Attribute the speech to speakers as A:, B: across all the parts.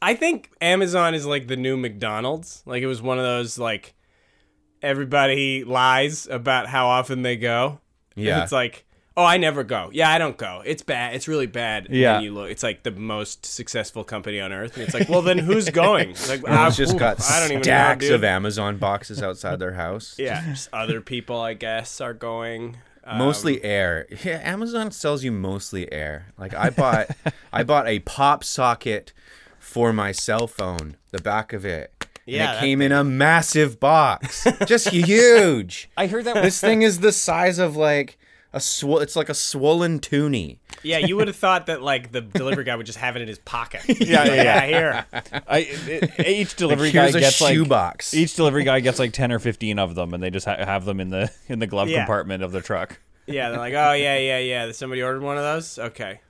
A: I think Amazon is like the new McDonald's. Like it was one of those like everybody lies about how often they go. And
B: Yeah.
A: it's like, oh, I never go. Yeah, I don't go. It's bad. It's really bad. And
B: Yeah.
A: then you look, it's like the most successful company on earth. And it's like, well, then who's going? It's Like,
B: Everyone's
A: ah,
B: just
A: oof,
B: got
A: I don't even know,
B: stacks
A: dude.
B: of Amazon boxes outside their house.
A: Yeah, just other people, I guess, are going. Um,
B: Mostly air. Yeah, Amazon sells you mostly air. Like I bought, I bought a pop socket for my cell phone. The back of it. And
A: Yeah,
B: it
A: that
B: came in a massive box, just huge.
C: I heard that was
B: this thing is the size of like a sw- It's like a swollen toonie.
A: yeah, you would have thought that like the delivery guy would just have it in his pocket.
C: yeah, yeah, yeah.
A: here.
C: I, it, it- each delivery
B: Like, here's
C: guy
B: a
C: gets like
B: shoebox.
C: each delivery guy gets like ten or fifteen of them, and they just ha- have them in the in the glove
A: Yeah.
C: compartment of the truck.
A: Yeah, they're like, oh yeah, yeah, yeah. Somebody ordered one of those. Okay.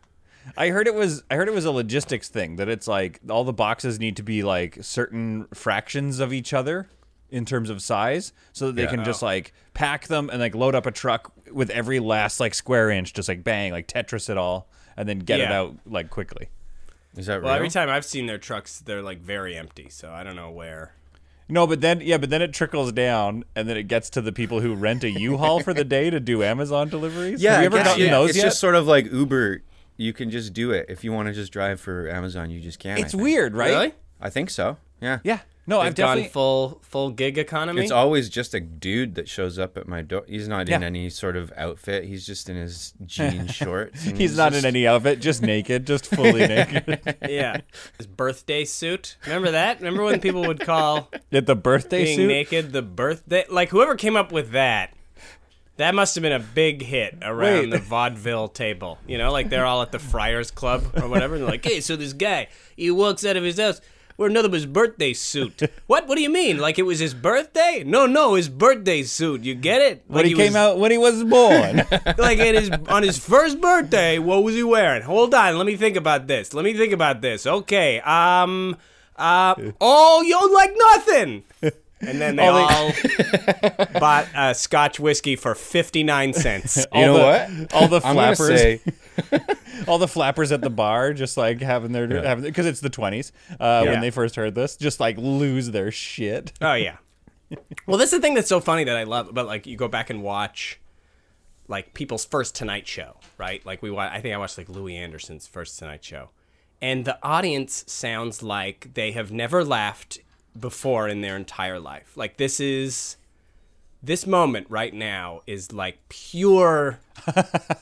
C: I heard it was I heard it was a logistics thing that it's like all the boxes need to be like certain fractions of each other in terms of size so that they can just like pack them and like load up a truck with every last like square inch just like bang like Tetris it all and then get it
A: Yeah.
C: out like quickly.
B: Is that
A: Well,
B: real?
A: every time I've seen their trucks, they're like very empty. So I don't know where.
C: No, but then yeah, but then it trickles down and then it gets to the people who rent a U-Haul for the day to do Amazon deliveries.
B: yeah,
C: Have
B: I
C: you ever
B: guess,
C: gotten
B: yeah,
C: those
B: it's
C: yet?
B: just sort of like Uber. You can just do it if you want to just drive for Amazon. You just can. I
C: it's
B: think.
C: weird, right?
B: I think so. Yeah.
C: Yeah. No,
A: I've
C: I've
A: gone
C: definitely
A: full full gig economy.
B: It's always just a dude that shows up at my door. He's not in
C: Yeah.
B: any sort of outfit. He's just in his jean shorts. and
C: He's not
B: just-
C: in any outfit, just naked, just fully naked.
A: yeah. His birthday suit. Remember that? Remember when people would call
C: At the birthday
A: being
C: suit.
A: naked the birthday? Like whoever came up with that. That must have been a big hit around
C: Wait.
A: the vaudeville table. You know, like they're all at the Friars Club or whatever. And they're like, hey, so this guy, he walks out of his house wearing nothing but his birthday suit. What? What do you mean? Like it was his birthday? No, no, his birthday suit. You get it?
C: when
A: like
C: he, came
A: was-
C: out when he was born.
A: like it is on his first birthday what was he wearing hold on let me think about this let me think about this okay um uh oh you like nothing and then they all bought uh, scotch whiskey for 59 cents
B: You know
C: the-
B: what?
C: all the
B: I'm gonna
C: flappers.
B: say-
C: all the flappers at the bar just like having their having because it's the 20s uh,
A: Yeah.
C: when they first heard this just like lose their shit
A: oh yeah well that's the thing that's so funny that i love about like you go back and watch like people's first tonight show right like we wa- i think i watched like louis anderson's first tonight show and the audience sounds like they have never laughed before in their entire life like this is this moment right now is like pure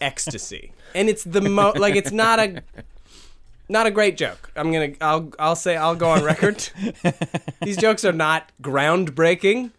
A: ecstasy and it's the mo like it's not a not a great joke i'm gonna i'll i'll say i'll go on record these jokes are not groundbreaking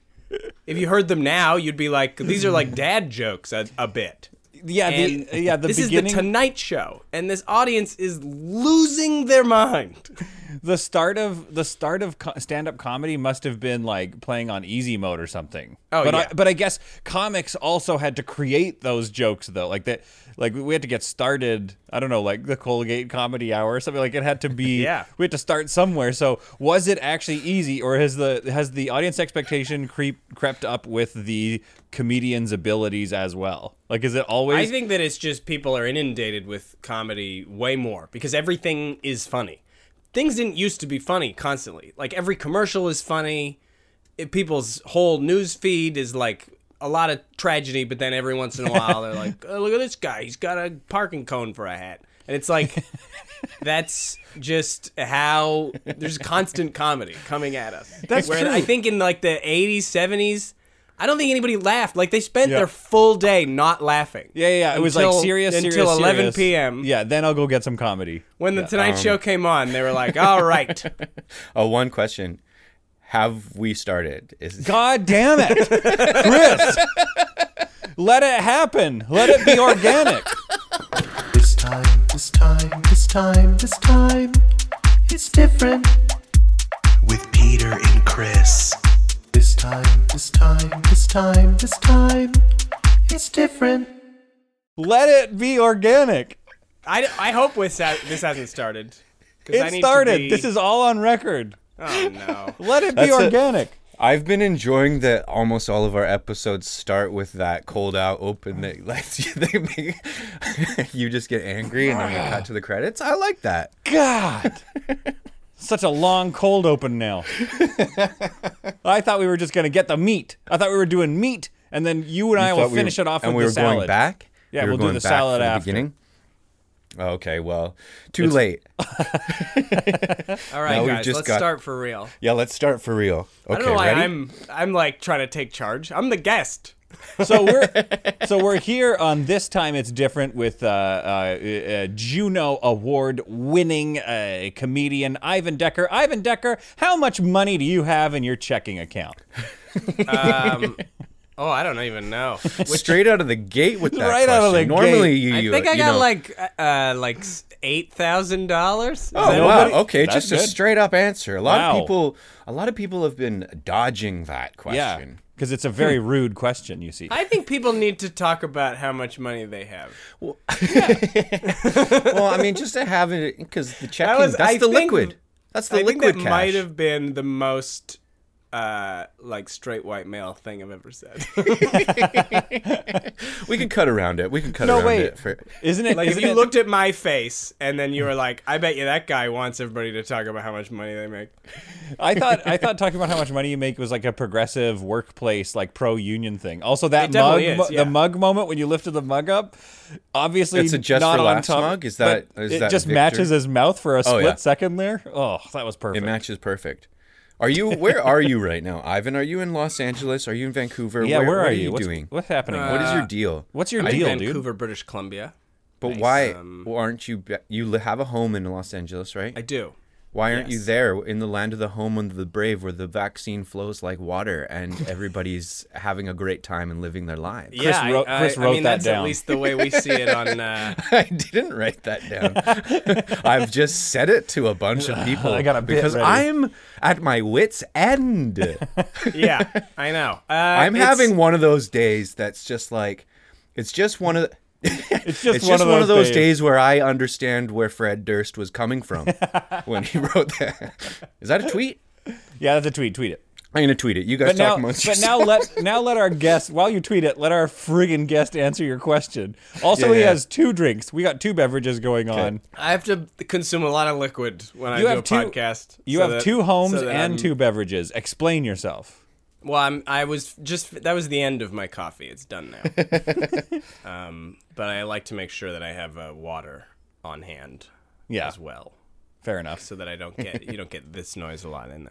A: if you heard them now you'd be like these are like dad jokes a, a bit
C: yeah
A: and
C: the yeah the
A: this
C: beginning
A: is the Tonight Show, and this audience is losing their mind.
C: the start of the start of co- stand-up comedy must have been like playing on easy mode or something.
A: Oh,
C: but
A: yeah.
C: I, but I guess comics also had to create those jokes though. Like that, like we had to get started. I don't know, like the Colgate Comedy Hour or something. Like it had to be.
A: Yeah.
C: we had to start somewhere. So was it actually easy, or has the has the audience expectation creep crept up with the comedian's abilities as well? Like, is it
A: I
C: always?
A: think that it's just people are inundated with comedy way more because everything is funny. Things didn't used to be funny constantly. Like every commercial is funny. It, people's whole news feed is like a lot of tragedy, but then every once in a while they're like, oh, "Look at this guy! He's got a parking cone for a hat," and it's like. that's just how there's constant comedy coming at us. That's Where I think in like the 80s, 70s, I don't think anybody laughed. Like they spent
C: Yeah.
A: their full day not laughing.
C: yeah, yeah, yeah. It was like
A: until-
C: serious, serious,
A: until 11
C: serious.
A: p.m.
C: Yeah, Um. then I'll go get some comedy.
A: When the Tonight Show came on, they were like, "All right,
B: Oh, one question: Have we started? Is
C: God damn it, Chris! Let it happen. Let it be organic.
D: This time, this time, this time, this time, it's different. With Peter and Chris. This time, this time, this time, this time, it's different.
C: Let it be organic.
A: I, I hope with that, this hasn't started." 'Cause I
C: It
A: need to
C: started.
A: be-
C: This is all on record.
A: oh no.
C: Let it be
B: That's it.
C: organic.
B: I've been enjoying that almost all of our episodes start with that cold out open that lets you, they make, you just get angry and then we cut to the credits. I like that.
C: God. Such a long cold open now. I thought we were just gonna get the meat. I thought we were doing meat, and then you and I will
B: thought we
C: finish
B: were-
C: it off
B: and
C: with
B: we
C: the
B: were
C: salad.
B: going back.
C: Yeah,
B: we were
C: we'll do
B: going back
C: the salad
B: from the
C: after.
B: beginning. Oh, Okay, well, too late.
A: All right,
B: Now we've
A: guys,
B: just
A: let's
B: got-
A: start for real.
B: Yeah, let's start for real. Okay,
A: I don't know why
B: ready?
A: I'm I'm like trying to take charge. I'm the guest.
C: So we're so we're here on this time. It's different with uh, uh, uh, Juno Award winning uh, comedian Ivan Decker. Ivan Decker, how much money do you have in your checking account?
A: Oh, I don't even know. Which
B: Straight out of the gate with that
C: Right out of
B: question.
C: the
B: Normally,
C: gate.
B: you,
A: I
B: you-
A: think I
B: you
A: got
B: know-
A: like uh like s- eight thousand dollars.
B: Oh wow!
C: nobody-
B: Okay,
C: That's
B: just a
C: good.
B: straight up answer. A lot
C: Wow.
B: of people, a lot of people have been dodging that
C: Yeah,
B: question.
C: because it's a very rude question. You see,
A: I think people need to talk about how much money they have.
B: well, I mean, just to have it because the checking—that's
A: was- I
B: the
A: think-
B: liquid. That's the
A: I think
B: liquid
A: that
B: cash.
A: might have been the most uh like straight white male thing I've ever said.
B: We can cut around it. We can cut
C: no
B: around
C: wait,
B: it. For,
C: isn't it?
A: Like
C: isn't
A: if you
C: it-
A: looked at my face and then you were like, I bet you that guy wants everybody to talk about how much money they make.
C: I thought I thought talking about how much money you make was like a progressive workplace, like pro union thing. Also, that
A: It
C: mug,
A: definitely is,
C: mo-
A: yeah.
C: the mug moment when you lifted the mug up, obviously
B: It's a just
C: not
B: for
C: on
B: laughs
C: top,
B: mug? Is
C: but
B: that- is
C: it
B: that
C: just
B: Victor?
C: matches his mouth for a split
B: yeah.
C: second there? Oh, that was
B: it
C: perfect.
B: matches perfect. Are you? Where are you right now, Ivan? Are you in Los Angeles? Are you in Vancouver?
C: yeah, where,
B: what
C: are,
B: are
C: you? What's,
B: doing?
C: What's happening?
A: Uh,
B: what is your deal?
C: What's your
A: I'm in
C: deal, dude?
A: Vancouver, British Columbia.
B: But why
C: Um,
B: aren't you? ba- You li- have a home in Los Angeles, right?
A: I do.
B: Why aren't you
A: Yes.
B: there in the land of the home and the brave where the vaccine flows like water and everybody's having a great time and living their lives?
A: yeah, I-
C: wrote-
A: I,
C: Chris
A: I
C: wrote
A: mean
C: that
A: that's at
C: down.
A: least the way we see it on uh,
B: I didn't write that down. I've just said it to a bunch of people.
C: I got a bit
B: because
C: ready.
B: I'm at my wits' end.
A: yeah, I know. Uh,
B: I'm
A: it's-
B: having one of those days that's just like, it's just one of.
C: It's just
B: It's
C: one
B: just
C: of
B: one of those
C: days.
B: days where I understand where Fred Durst was coming from when he wrote that. Is that a tweet?
C: Yeah, that's a tweet. Tweet it.
B: I'm gonna tweet it. You guys
C: But
B: talk
C: now,
B: amongst
C: but now let now let our guest while you tweet it, let our friggin' guest answer your question. Also,
B: Yeah,
C: he
B: yeah.
C: has two drinks. We got two beverages going on.
A: I have to consume a lot of liquid when
C: You
A: I do
C: have
A: a
C: two-
A: podcast.
C: You
A: so
C: have
A: that-
C: two homes
A: so that
C: and
A: I'm-
C: two beverages. Explain yourself.
A: Well, I'm, I was just that was the end of my coffee. It's done now. um, but I like to make sure that I have uh, water on hand
C: Yeah.
A: as well,
C: Fair enough.
A: so that I don't get you don't get this noise a lot in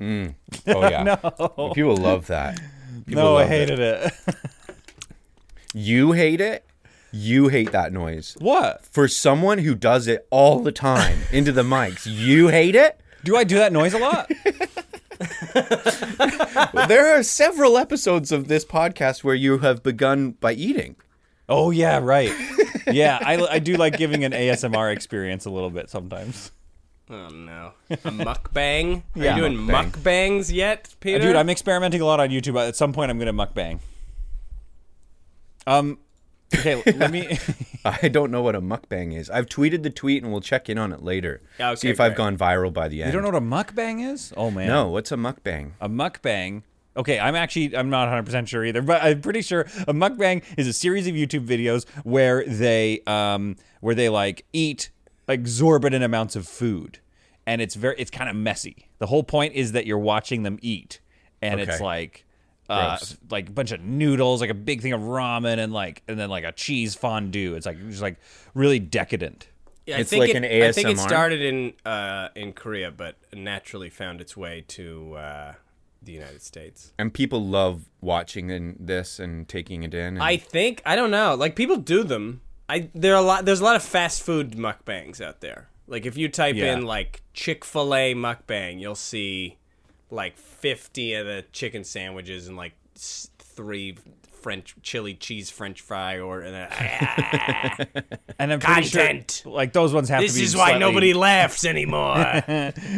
A: there.
B: Oh yeah. People love that. People
C: no, I
B: love
C: hated it.
B: You hate it? You hate that noise.
C: what?
B: For someone who does it all the time into the mics, you hate it?
C: Do I do that noise a lot?
B: There are several episodes of this podcast where you have begun by eating.
C: oh yeah, right. Yeah, I, I do like giving an ASMR experience a little bit sometimes.
A: Oh no, a mukbang? Are
C: Yeah.
A: you doing
B: Mukbang.
A: mukbangs yet, Peter?
C: Dude, I'm experimenting a lot on YouTube. At some point, I'm gonna mukbang. Um, okay, let me.
B: I don't know what a mukbang is. I've tweeted the tweet and we'll check in on it later.
A: Yeah, okay,
B: See if I've
A: great.
B: gone viral by the end.
C: You don't know what a mukbang is? Oh man.
B: No, what's a mukbang?
C: a mukbang. Okay, I'm actually I'm not 100% sure either, but I'm pretty sure a mukbang is a series of YouTube videos where they um where they like eat exorbitant amounts of food. And it's very it's kind of messy. The whole point is that you're watching them eat and it's
B: Okay.
C: like uh,
B: Gross.
C: like a bunch of noodles, like a big thing of ramen, and like and then like a cheese fondue. It's like just like really decadent.
A: Yeah, I
B: It's
A: think
B: like
A: it,
B: an
A: I think it
B: ASMR?
A: started in uh, in Korea, but naturally found its way to uh, the United States.
B: And people love watching in this and taking it in. and-
A: I think I don't know. Like people do them. I there are a lot. There's a lot of fast food mukbangs out there. Like if you type
C: Yeah.
A: in like Chick Fil A mukbang, you'll see like 50 of the chicken sandwiches and like s- three French chili cheese French fry or and a,
C: And I'm pretty
A: Content.
C: sure like those ones have to
A: this
C: be
A: is why
C: slightly-
A: nobody laughs anymore.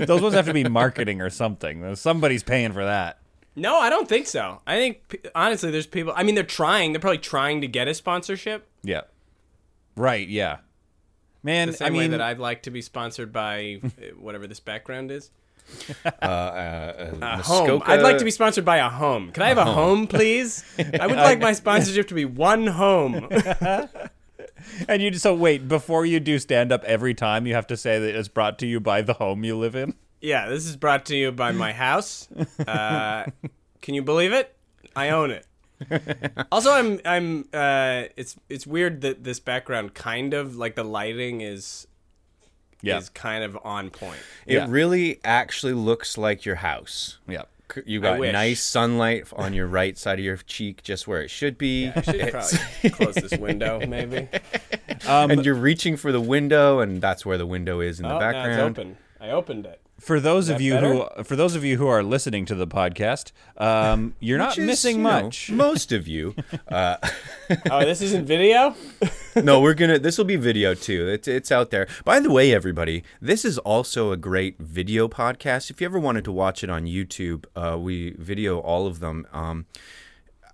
C: those ones have to be marketing or something. Somebody's paying for that.
A: No, I don't think so. I think p- honestly, there's people. I mean, they're trying. They're probably trying to get a sponsorship.
C: Yeah. Right, yeah. Man,
A: The same
C: I
A: way
C: mean
A: that I'd like to be sponsored by uh, whatever this background is.
B: uh, a
A: Uh, Home. I'd like to be sponsored by a home. Can I have a home, please? I would like my sponsorship to be one home.
C: And you so wait before you do stand up every time you have to say that it's brought to you by the home you live in.
A: Yeah, this is brought to you by my house. Uh, can you believe it? I own it. Also, I'm I'm. Uh, it's it's weird that this background kind of like the lighting is
C: Yeah,
A: is kind of on point.
B: It
C: Yeah.
B: really actually looks like your house.
C: yeah.
B: C- You
A: I
B: got
A: wish.
B: nice sunlight on your right side of your cheek, just where it should be.
A: I should probably close this window, maybe.
B: and you're reaching for the window, and that's where the window is in the
A: Oh, now
B: background.
A: it's open. I opened it.
C: For those of
A: that
C: you who for those of you who are listening to the podcast, um, you're not
B: Which is,
C: missing
B: you know,
C: much.
B: most of you. Uh,
A: Oh, this isn't video.
B: no, we're gonna. This will be video too. It's it's out there. By the way, everybody, this is also a great video podcast. If you ever wanted to watch it on YouTube, uh, we video all of them. Um,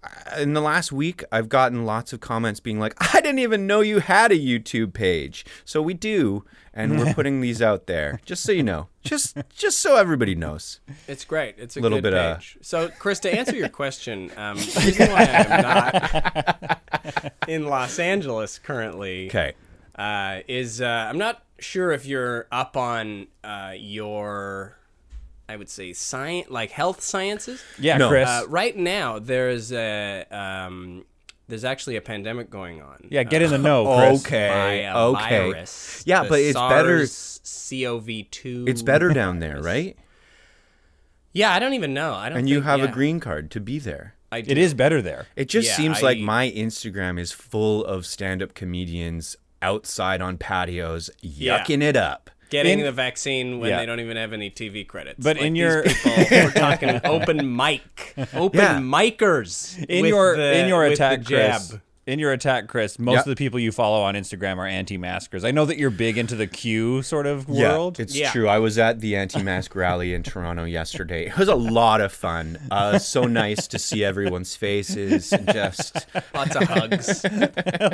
B: I- in the last week, I've gotten lots of comments being like, "I didn't even know you had a YouTube page." So we do, and we're putting these out there just so you know, just just so everybody knows.
A: It's great. It's a
B: Little
A: good
B: bit, uh,
A: page. So, Chris, to answer your question, um, the reason why I'm not in Los Angeles currently
B: Okay.
A: uh, is uh, I'm not sure if you're up on uh, your, I would say, science like health sciences.
C: Yeah,
B: No.
C: Chris.
A: Uh, right now, there's a um, there's actually a pandemic going on. Uh,
C: yeah, get in the know, Chris.
B: Okay.
A: by a
B: Okay.
A: uh, virus.
B: Yeah,
A: The
B: but it's better-
A: SARS-CoV2.
B: It's better down there, right?
A: Yeah, I don't even know. I don't.
B: And you
A: think-
B: have
A: yeah.
B: a green card to be there.
A: I do.
C: It is better there.
B: It just
A: Yeah,
B: seems like
A: I-
B: my Instagram is full of stand-up comedians outside on patios yucking it up.
A: getting
C: In-
A: the vaccine when
C: Yeah.
A: they don't even have any TV credits.
C: But
A: Like,
C: in
A: these
C: your-
A: people, we're talking open mic, open
B: Yeah.
A: micers
C: In
A: with
C: your
A: the-
C: in your
A: with the
C: attack,
A: jab.
C: Chris. In your attack, Chris. Most
B: Yeah.
C: of the people you follow on Instagram are anti-maskers. I know that you're big into the Q sort of world.
B: Yeah, it's
A: Yeah.
B: true. I was at the anti-mask rally in Toronto yesterday. It was a lot of fun. Uh, so nice to see everyone's faces. and Just
A: Lots of hugs.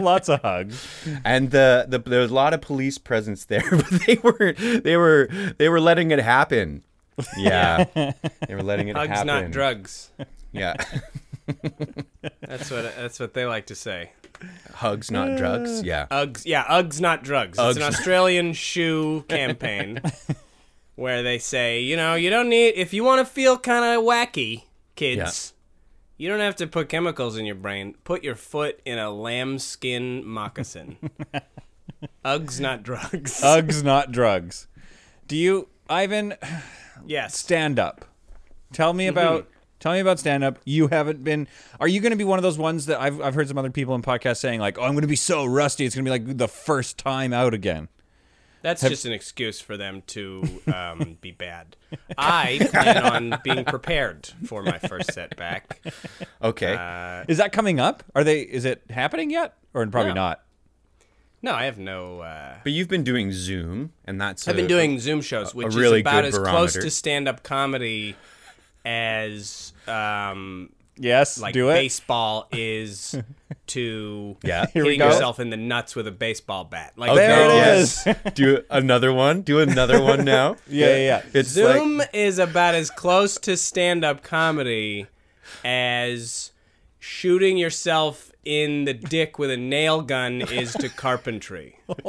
C: Lots of hugs.
B: and the, the there was a lot of police presence there, but they were they were they were letting it happen. Yeah, they were letting it
A: hugs,
B: happen.
A: not drugs.
B: Yeah,
A: That's what that's what they like to say.
B: hugs, not drugs. Yeah.
A: Uggs, yeah, Uggs, not drugs. it's an
B: Uggs.
A: Australian shoe campaign where they say, you know, you don't need if you want to feel kind of wacky, kids. You don't have to put chemicals in your brain. Put your foot in a lambskin moccasin. Uggs, not drugs.
C: Hugs, not drugs. Do you, Ivan?
A: yes.
C: stand up. Tell
A: Mm-hmm.
C: me about tell me about stand up. You haven't been are you going to be one of those ones that I've I've heard some other people in podcasts saying like, "Oh, I'm going to be so rusty. It's going to be like the first time out again."
A: That's just an excuse for them to um, be bad. I plan on being prepared for my first setback.
B: Okay.
A: Uh,
C: Is that coming up? Are they is it happening yet? Or probably
A: No.
C: not.
A: No, I have no. Uh,
B: but you've been doing Zoom, and that's
A: I've
B: a-
A: been doing Zoom shows, which
B: really
A: is about
B: good
A: as close
B: barometer.
A: to stand-up comedy as um,
C: Yes,
A: like
C: do it.
A: baseball is to
B: Yeah.
A: hitting
B: Here
C: we go.
A: yourself in the nuts with a baseball bat. Like
B: Okay,
C: There it
A: those-
C: is.
B: Do another one. Do another one now.
C: Yeah, yeah, yeah.
B: It's
A: Zoom
B: like
A: is about as close to stand-up comedy as shooting yourself in the dick with a nail gun is to carpentry.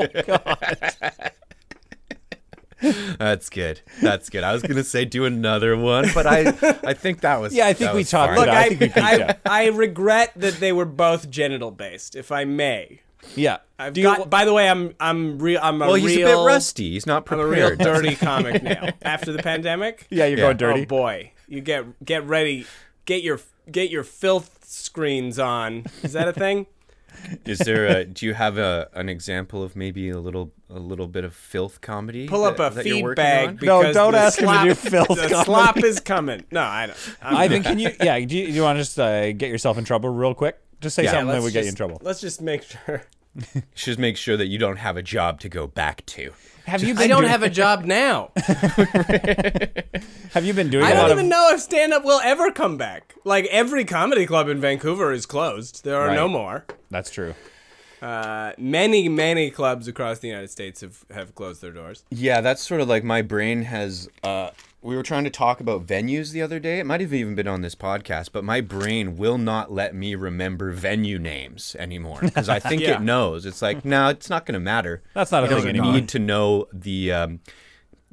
B: that's good. That's good. I was gonna say do another one, but I I think that was
C: Yeah, I think
B: that
C: we
B: was
C: talked
B: fine.
A: Look,
C: Yeah, I think we
A: I,
C: peaked
A: I,
C: out.
A: I regret that they were both genital based, if I may.
C: yeah.
A: I've
C: do you
A: got. by the way, I'm I'm real. I'm a
B: Well,
A: real.
B: he's a bit rusty. He's not
A: I'm a real
B: prepared.
A: dirty comic now. After the pandemic,
C: Yeah, you're
B: Yeah.
C: going dirty.
A: Oh boy, you get get ready. Get your get your filth screens on. Is that a thing?
B: Is there a? Do you have a an example of maybe a little a little bit of filth comedy?
A: Pull up
B: that-
A: a
B: that you're
A: feed
B: working
A: bag.
B: on?
C: No,
A: because
C: don't
A: the
C: ask him to
A: slop,
C: do filth
A: The
C: comedy.
A: slop is coming. No, I don't. I'm,
C: Ivan, can you yeah, do you, do you want to just uh, get yourself in trouble real quick? Just say
B: Yeah,
C: something that
A: let's
C: would get you in
A: just-
C: trouble.
A: Let's just make sure.
B: Just make sure that you don't have a job to go back to.
C: Have you been
A: I don't
C: doing,
A: have a job now.
C: have you been doing a
A: I
C: lot
A: don't
C: of
A: even know if stand up will ever come back. Like every comedy club in Vancouver is closed. There are no
C: Right.
A: more.
C: That's true.
A: Uh, many many clubs across the United States have have closed their doors.
B: Yeah, that's sort of like my brain has uh, we were trying to talk about venues the other day. It might have even been on this podcast, but my brain will not let me remember venue names anymore because I think
A: Yeah.
B: it knows. It's like, no, it's not going to matter.
C: That's not a
B: It
C: thing
B: doesn't
C: anymore.
B: need to know the um,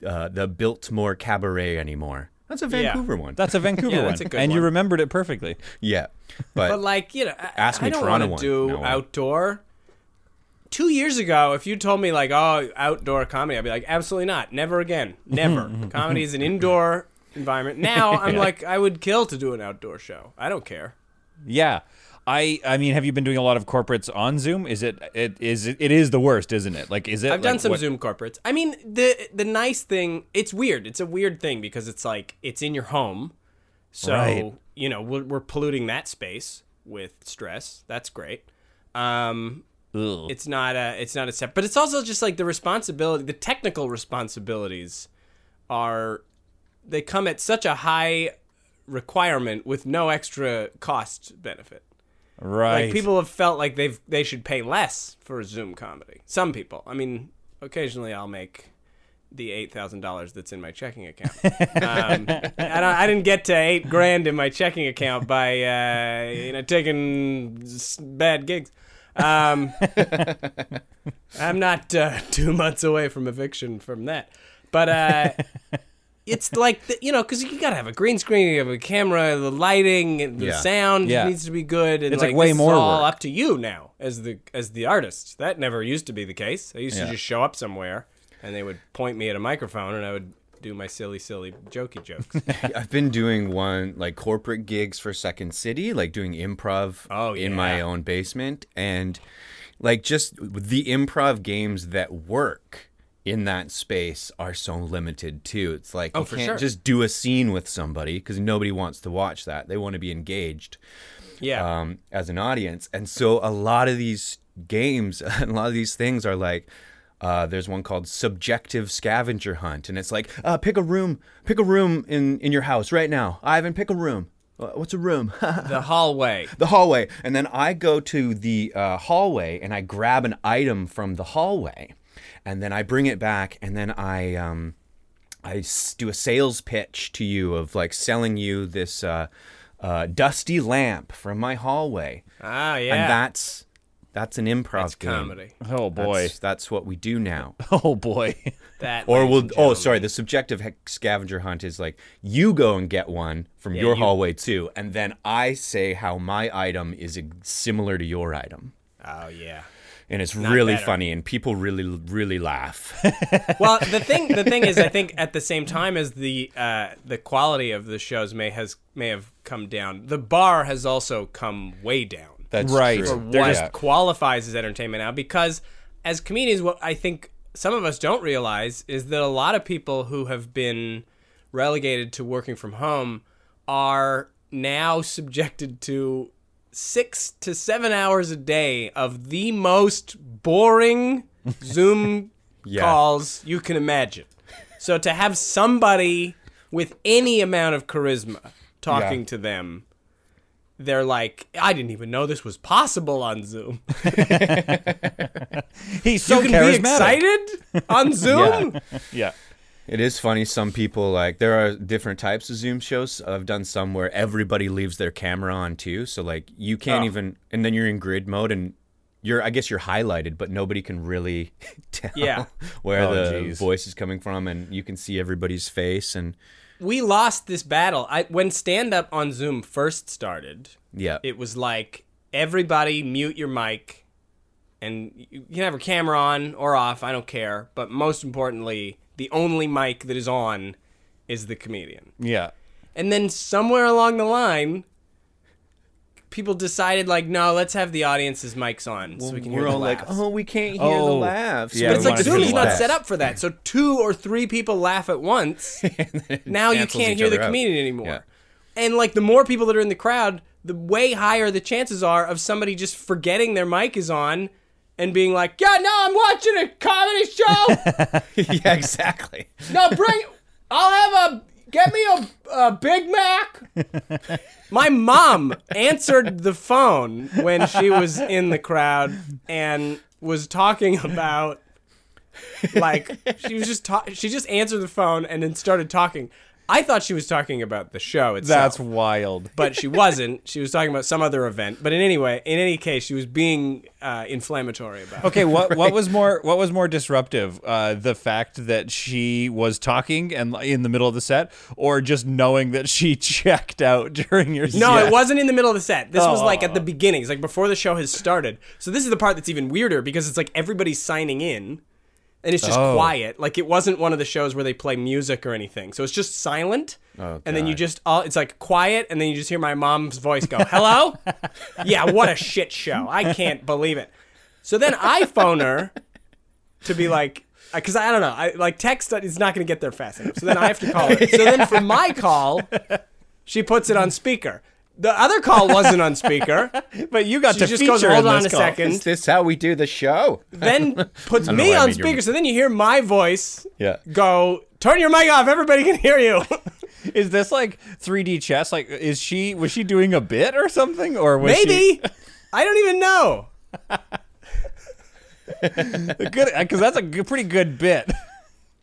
B: uh, the Biltmore Cabaret anymore. That's a
A: Yeah.
B: Vancouver one.
C: That's a Vancouver
A: Yeah,
C: one,
A: that's a good
C: and you
A: one.
C: remembered it perfectly.
B: yeah, but,
A: But like you know, I,
B: Ask me
A: I don't
B: Toronto
A: wanna
B: one.
A: do
B: No.
A: outdoor. Two years ago, if you told me like, oh, outdoor comedy, I'd be like, absolutely not, never again, never. comedy is an indoor environment. Now I'm like, I would kill to do an outdoor show. I don't care.
C: Yeah. I, I mean, have you been doing a lot of corporates on Zoom? Is it it is it, it is the worst, isn't it? Like, is it?
A: I've done
C: like,
A: some
C: what-
A: Zoom corporates. I mean, the the nice thing, it's weird. It's a weird thing because it's like it's in your home, so
C: Right.
A: you know we're, we're polluting that space with stress. That's great. Um,
C: Ugh.
A: it's not a it's not a step, but it's also just like the responsibility, the technical responsibilities are they come at such a high requirement with no extra cost benefit.
C: right.
A: Like people have felt like they've they should pay less for Zoom comedy. Some people. I mean, occasionally I'll make the eight thousand dollars that's in my checking account. um, I, don't- I didn't get to eight grand in my checking account by uh, you know taking s- bad gigs. Um, I'm not uh, two months away from eviction from that, but. Uh, It's like the, you know, because you gotta have a green screen, you have a camera, the lighting, and the
B: Yeah.
A: sound
C: Yeah.
A: needs to be good. And
C: It's, like, way
A: this is
C: more
A: all
C: work.
A: up to you now as the as the artist. That never used to be the case. I used
B: Yeah.
A: to just show up somewhere and they would point me at a microphone and I would do my silly, silly jokey jokes.
B: I've been doing one like corporate gigs for Second City, like doing improv
A: Oh,
B: in my
A: yeah.
B: own basement and like just the improv games that work in that space are so limited too. It's like you
A: Oh, for
B: can't
A: sure.
B: just do a scene with somebody cuz nobody wants to watch that. They want to be engaged
A: yeah.
B: um, as an audience. And so a lot of these games and a lot of these things are like, uh, there's one called Subjective Scavenger Hunt, and it's like, uh, pick a room, pick a room in in your house right now, Ivan. Pick a room. Uh, what's a room?
A: the hallway.
B: the hallway. And then I go to the uh, hallway and I grab an item from the hallway, and then I bring it back, and then I. Um, I s- do a sales pitch to you of like selling you this uh, uh, dusty lamp from my hallway,
A: Ah yeah.
B: and that's that's an improv
A: That's
B: game.
A: comedy.
C: oh boy.
B: That's, that's what we do now.
C: Oh boy.
A: That
B: Or
A: ladies
B: we'll
A: and
B: oh
A: gentlemen.
B: sorry, the subjective hec- scavenger hunt is like you go and get one from your
A: you-
B: hallway too, and then I say how my item is ex- similar to your item,
A: Oh yeah.
B: and it's really
A: better.
B: funny, and people really really laugh.
A: well, the thing the thing is, I think at the same time as the uh, the quality of the shows may has may have come down, the bar has also come way down.
B: That's
C: Right.
B: true.
C: Or
A: what
B: They're just-
A: qualifies as entertainment now because as comedians what i think some of us don't realize is that a lot of people who have been relegated to working from home are now subjected to six to seven hours a day of the most boring zoom
B: Yeah.
A: calls you can imagine so to have somebody with any amount of charisma talking
B: Yeah.
A: to them they're like, I didn't even know this was possible on Zoom.
C: He's so
A: you can
C: charismatic.
A: be excited on Zoom.
C: Yeah.
B: It is funny. Some people like there are different types of Zoom shows. I've done some where everybody leaves their camera on too, so like you can't
A: Oh.
B: even, and then you're in grid mode and you're, I guess you're highlighted, but nobody can really tell
A: Yeah.
B: where
C: Oh,
B: the
C: geez.
B: voice is coming from, and you can see everybody's face and
A: We lost this battle. I, when stand up on Zoom first started,
B: yeah,
A: it was like everybody mute your mic and you can have your camera on or off, I don't care. But most importantly, the only mic that is on is the comedian.
C: Yeah.
A: And then somewhere along the line, people decided like, no, let's have the audience's mics on so we can
B: we're
A: hear the
B: all like,
A: laughs.
B: oh, we can't hear the
C: Oh,
B: laughs. We
C: yeah,
A: But it's
C: we
A: like
B: wanted to
A: Zoom
B: hear
A: is
B: the
A: not
B: laughs.
A: set up for that. So two or three people laugh at once. now you
B: cancels
A: can't
B: each
A: hear the
B: other out.
A: comedian anymore.
B: Yeah.
A: And like the more people that are in the crowd, the way higher the chances are of somebody just forgetting their mic is on and being like, "Yeah, no, I'm watching a comedy show.
B: yeah, exactly.
A: no, bring I'll have a get me a, a Big Mac." My mom answered the phone when she was in the crowd and was talking about like she was just ta- she just answered the phone and then started talking I thought she was talking about the show itself.
C: That's wild.
A: but she wasn't. She was talking about some other event. But in any way, in any case, she was being uh, inflammatory about. it.
C: Okay, what what was more what was more disruptive? Uh, the fact that she was talking and in the middle of the set, or just knowing that she checked out during your set?
A: No, it wasn't in the middle of the set. This was like at the beginning. It's like before the show has started. So this is the part that's even weirder because it's like everybody's signing in and it's just
C: Oh.
A: quiet. Like it wasn't one of the shows where they play music or anything. So it's just silent. and then you just all it's like quiet and then you just hear my mom's voice go, "Hello?" yeah, what a shit show. I can't believe it. So then I phone her to be like because I don't know, I like text is not going to get there fast enough. So then I have to call her. So then for my call, she puts it on speaker. The other call wasn't on speaker.
C: But you got
A: She
C: to
A: just
C: feature
A: goes, "Hold
C: in
A: on a
C: this call."
B: Is
A: second,
B: this how we do the show?
A: then puts
B: know
A: me
B: why I
A: on
B: made your-
A: speaker. So then you hear my voice.
B: Yeah.
A: Go turn your mic off. Everybody can hear you.
C: Is this like 3D chess? Like, is she was she doing a bit or something, or was
A: Maybe. I don't even know.
C: she good? Because that's a good, pretty good bit.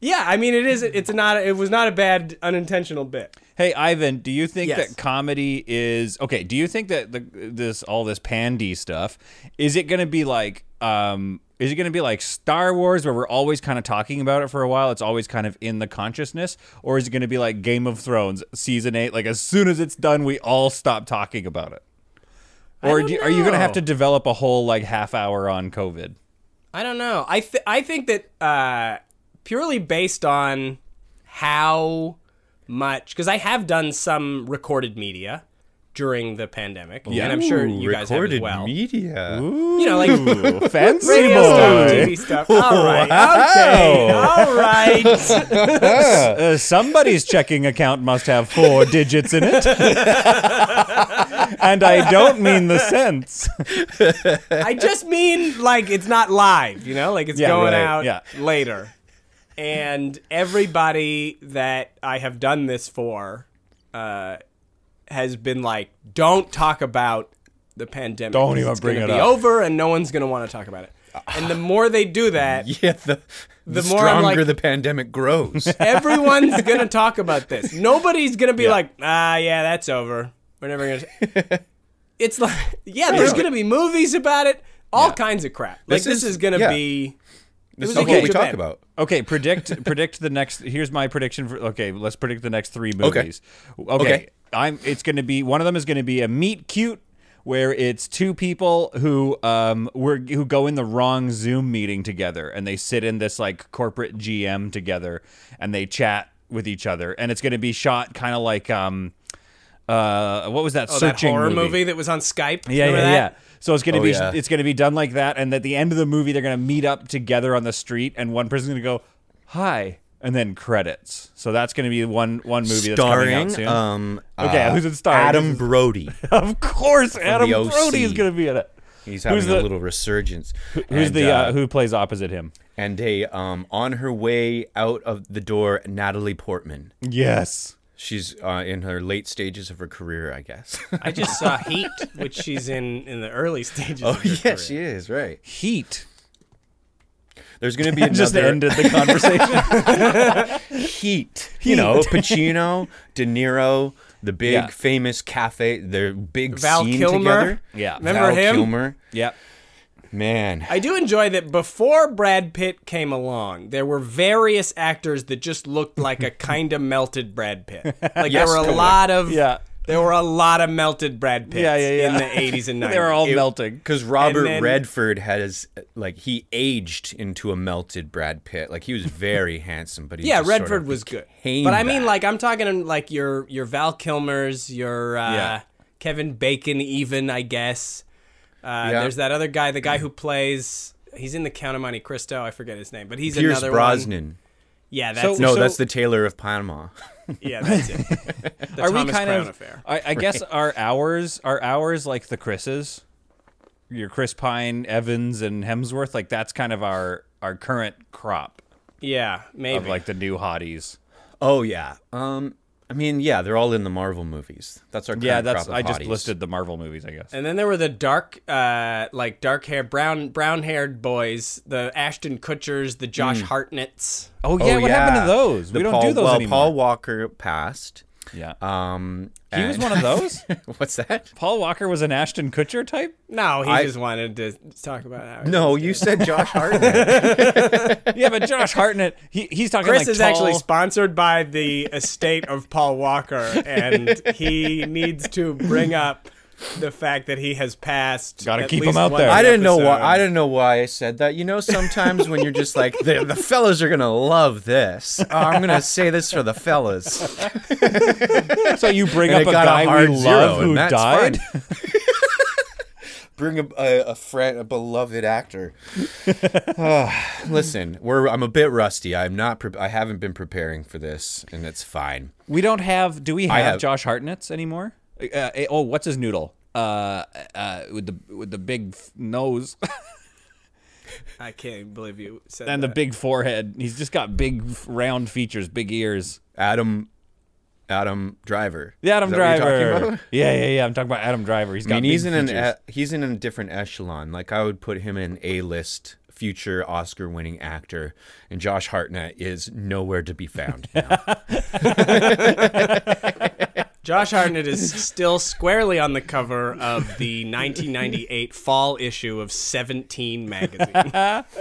A: Yeah, I mean it is. It's not. It was not a bad unintentional bit.
C: Hey Ivan, do you think
A: Yes.
C: that comedy is okay? Do you think that the, this all this pandy stuff is it going to be like um is it going to be like Star Wars where we're always kind of talking about it for a while? It's always kind of in the consciousness, or is it going to be like Game of Thrones season eight? Like as soon as it's done, we all stop talking about it. Or
A: don't
C: do, are you going to have
A: know.
C: to develop a whole like half hour on COVID?
A: I don't know. I th- I think that uh, purely based on how much, because I have done some recorded media during the pandemic, and I'm sure you guys have as
B: recorded
A: well.
B: media.
A: You know, like
C: Ooh, fancy
A: radio stuff,
C: boy.
A: TV stuff. All right, okay, all right.
C: Uh, somebody's checking account must have four digits in it. and I don't mean the cents.
A: I just mean like it's not live, you know, like it's
C: Yeah,
A: going
C: right,
A: out
C: yeah.
A: later. And everybody that I have done this for uh, has been like, "Don't talk about the pandemic.
C: Don't
A: 'cause
C: even
A: it's
C: bring
A: gonna
C: it
A: be
C: up."
A: over, and no one's gonna want to talk about it." And the more they do that,
B: Yeah, the, the,
A: The more I'm
B: stronger
A: like-
B: the pandemic grows.
A: everyone's gonna talk about this. Nobody's gonna be like, ah, yeah, that's over. We're never gonna. it's like, yeah, there's gonna be movies about it, all kinds of crap. Like
B: This
A: this is,
B: is-
A: gonna
B: yeah.
A: be.
B: this is
A: was a
B: what we
A: huge
B: talk
A: event.
B: about.
C: Okay, predict predict the next here's my prediction for okay, let's predict the next three movies. Okay.
B: Okay.
C: I'm it's gonna be one of them is gonna be a meet cute where it's two people who um were who go in the wrong Zoom meeting together and they sit in this like corporate GM together and they chat with each other and it's gonna be shot kinda like um uh, what was that
A: Oh, that
C: searching
A: horror movie. that was on Skype.
C: Yeah,
A: Remember
C: yeah,
A: that?
C: yeah. So it's gonna
B: Oh,
C: be
B: yeah.
C: it's gonna be done like that, and at the end of the movie, they're gonna meet up together on the street, and one person's gonna go, "Hi," and then credits. So that's gonna be one one movie
B: Starring,
C: that's coming out soon.
B: um,
C: Okay,
B: uh,
C: who's it starring? This
B: Adam
C: is-
B: Brody.
C: of course, Adam
B: the OC.
C: Brody is gonna be in it.
B: He's having
C: Who's
B: a
C: the-
B: little resurgence.
C: Who's
B: And,
C: the uh, who plays opposite him?
B: and a um, on her way out of the door, Natalie Portman.
C: Yes.
B: She's uh, in her late stages of her career, I guess.
A: I just saw Heat, which she's in in the early stages.
B: oh
A: of her
B: yeah,
A: career.
B: she is right.
C: Heat.
B: There's gonna be another
C: Just ended the conversation.
B: heat. You know, Pacino, De Niro, the big
C: Yeah.
B: famous cafe, their big
A: Val
B: scene
A: Kilmer.
B: together.
C: yeah.
A: Remember
B: Val
A: him?
B: Kilmer,
C: yeah.
B: man.
A: I do enjoy that before Brad Pitt came along, there were various actors that just looked like a kind of melted Brad Pitt. Like there
B: Yes,
A: were a
B: totally.
A: lot of
C: Yeah.
A: there were a lot of melted Brad Pitts
C: Yeah, yeah, yeah.
A: in the 80s and 90s.
C: They're all
A: It-
C: melting.
B: Because Robert
A: then-
B: Redford has like he aged into a melted Brad Pitt. Like he was very handsome, but he
A: Yeah,
B: just sort
A: Redford
B: of
A: was good.
B: became
A: But I mean
B: that.
A: like I'm talking like your your Val Kilmers, your uh,
C: Yeah.
A: Kevin Bacon even, I guess. Uh,
B: Yeah.
A: there's that other guy, the guy who plays he's in the Count of Monte Cristo, I forget his name, but he's
B: Pierce
A: another one.
B: Brosnan.
A: Yeah, that's
B: No,
C: So-
B: that's the Taylor of Panama.
A: yeah, that's it. The
C: Are
A: Thomas
C: we kind
A: Crown
C: of?
A: affair.
C: I, I guess our hours are hours like the Chris's, your Chris Pine, Evans, and Hemsworth. Like that's kind of our our current crop
A: Yeah, maybe.
C: of like the new hotties.
B: Oh yeah. Um I mean, yeah, they're all in the Marvel movies. That's our current
C: Yeah, that's.
B: crop
C: I
B: of
C: just
B: hotties. Oh,
C: listed the Marvel movies, I guess.
A: And then there were the dark, uh, like dark hair, brown, brown haired boys, the Ashton Kutchers, the Josh
C: Hmm.
A: Hartnett's.
C: Oh yeah, what happened to those?
B: The
C: we don't
B: Paul-
C: do those
B: well,
C: anymore.
B: Paul Walker passed.
C: yeah,
B: Um,
C: he was
B: and-
C: one of those.
B: What's that?
C: Paul Walker was an Ashton Kutcher type.
A: No, he
B: I-
A: just wanted to talk about how.
B: No, you said Josh Hartnett.
C: Yeah, but Josh Hartnett, he, he's talking
A: Chris
C: like
A: is
C: tall-
A: actually sponsored by the estate of Paul Walker, and he needs to bring up the fact that he has passed.
C: Gotta
A: at
C: keep him
A: least
C: out
A: one
C: there.
B: I didn't know why.
A: episode.
B: I didn't know why I said that. You know, sometimes when you're just like the the fellas are gonna love this. Oh, I'm gonna say this for the fellas.
C: so you bring
B: And
C: up
B: it
C: a
B: got a
C: guy
B: hard
C: we
B: zero,
C: love
B: and
C: who
B: that's
C: died.
B: Bring a, a, a friend, a beloved actor. Ah, listen, we're, I'm a bit rusty. I'm not. Pre- I haven't been preparing for this, and it's fine.
C: We don't have. Do we have,
B: have-
C: Josh Hartnett's anymore? Uh, uh, oh, what's his noodle? Uh, uh, with the with the big f- nose
A: I can't believe you said
C: and the
A: that.
C: big forehead. He's just got big f- round features, big ears.
B: Adam, Adam Driver.
C: The Adam
B: Is that what
C: Driver.
B: You're talking about?
C: Yeah, yeah, yeah. I'm talking about Adam Driver. He's
B: I
C: got.
B: mean, he's
C: big
B: in an
C: features.
B: e- he's in a different echelon. Like I would put him in A list future Oscar winning actor, and Josh Hartnett is nowhere to be found. now.
A: Josh Hartnett is still squarely on the cover of the 1998 fall issue of 17 magazine.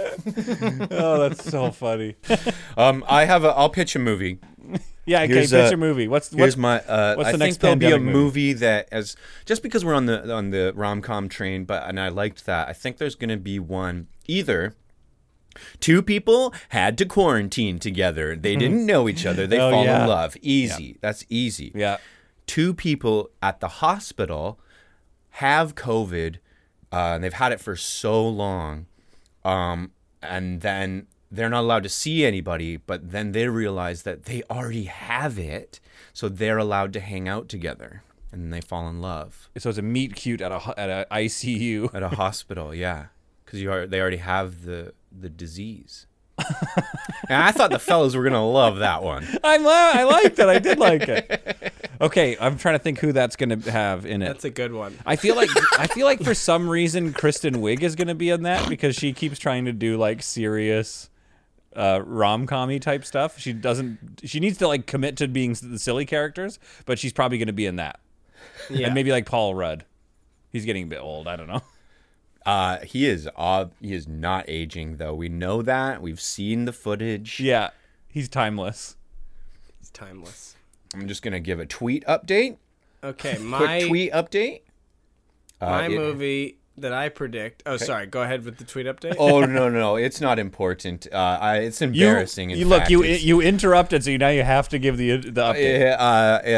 C: Oh, that's so funny.
B: um, I have a. I'll pitch a movie.
C: Yeah. Okay.
B: Here's,
C: Here's,
B: uh,
C: picture movie. What's
B: Here's
C: what's
B: my. Uh,
C: what's
B: I
C: the next
B: think there'll be a
C: pandemic
B: movie,
C: movie?
B: that as just because we're on the on the rom com train, but and I liked that. I think there's gonna be one either. Two people had to quarantine together. They didn't know each other. They
C: Mm-hmm. Oh,
B: fall
C: yeah.
B: in love. Easy. That's easy.
C: Yeah.
B: Two people at the hospital have COVID, uh, and they've had it for so long, um, and then they're not allowed to see anybody. But then they realize that they already have it, so they're allowed to hang out together, and then they fall in love
C: So it's a meet cute at a ho- at a ICU.
B: at a hospital. Yeah, because you are they already have the the disease. and I thought the fellas were gonna love that one.
C: I'm la- I liked it. I did like it. Okay, I'm trying to think who that's gonna have in it.
A: That's a good one.
C: I feel like I feel like for some reason Kristen Wiig is gonna be in that because she keeps trying to do like serious uh, rom commy type stuff. She doesn't. She needs to like commit to being s- the silly characters, but she's probably gonna be in that.
A: Yeah.
C: And maybe like Paul Rudd. He's getting a bit old. I don't know.
B: Uh, he is ob- he is not aging though. We know that. We've seen the footage.
C: Yeah, he's timeless.
A: It's timeless.
B: I'm just gonna give a tweet update.
A: Okay,
B: Quick
A: my
B: tweet update. Uh,
A: my
B: yeah.
A: movie that I predict. Oh, sorry. Go ahead with the tweet update.
B: Oh no, no, no, it's not important. Uh, I, it's
C: You,
B: embarrassing. in
C: you look.
B: fact.
C: You
B: It's-
C: you interrupted, so now you have to give the the update.
B: Yeah, uh,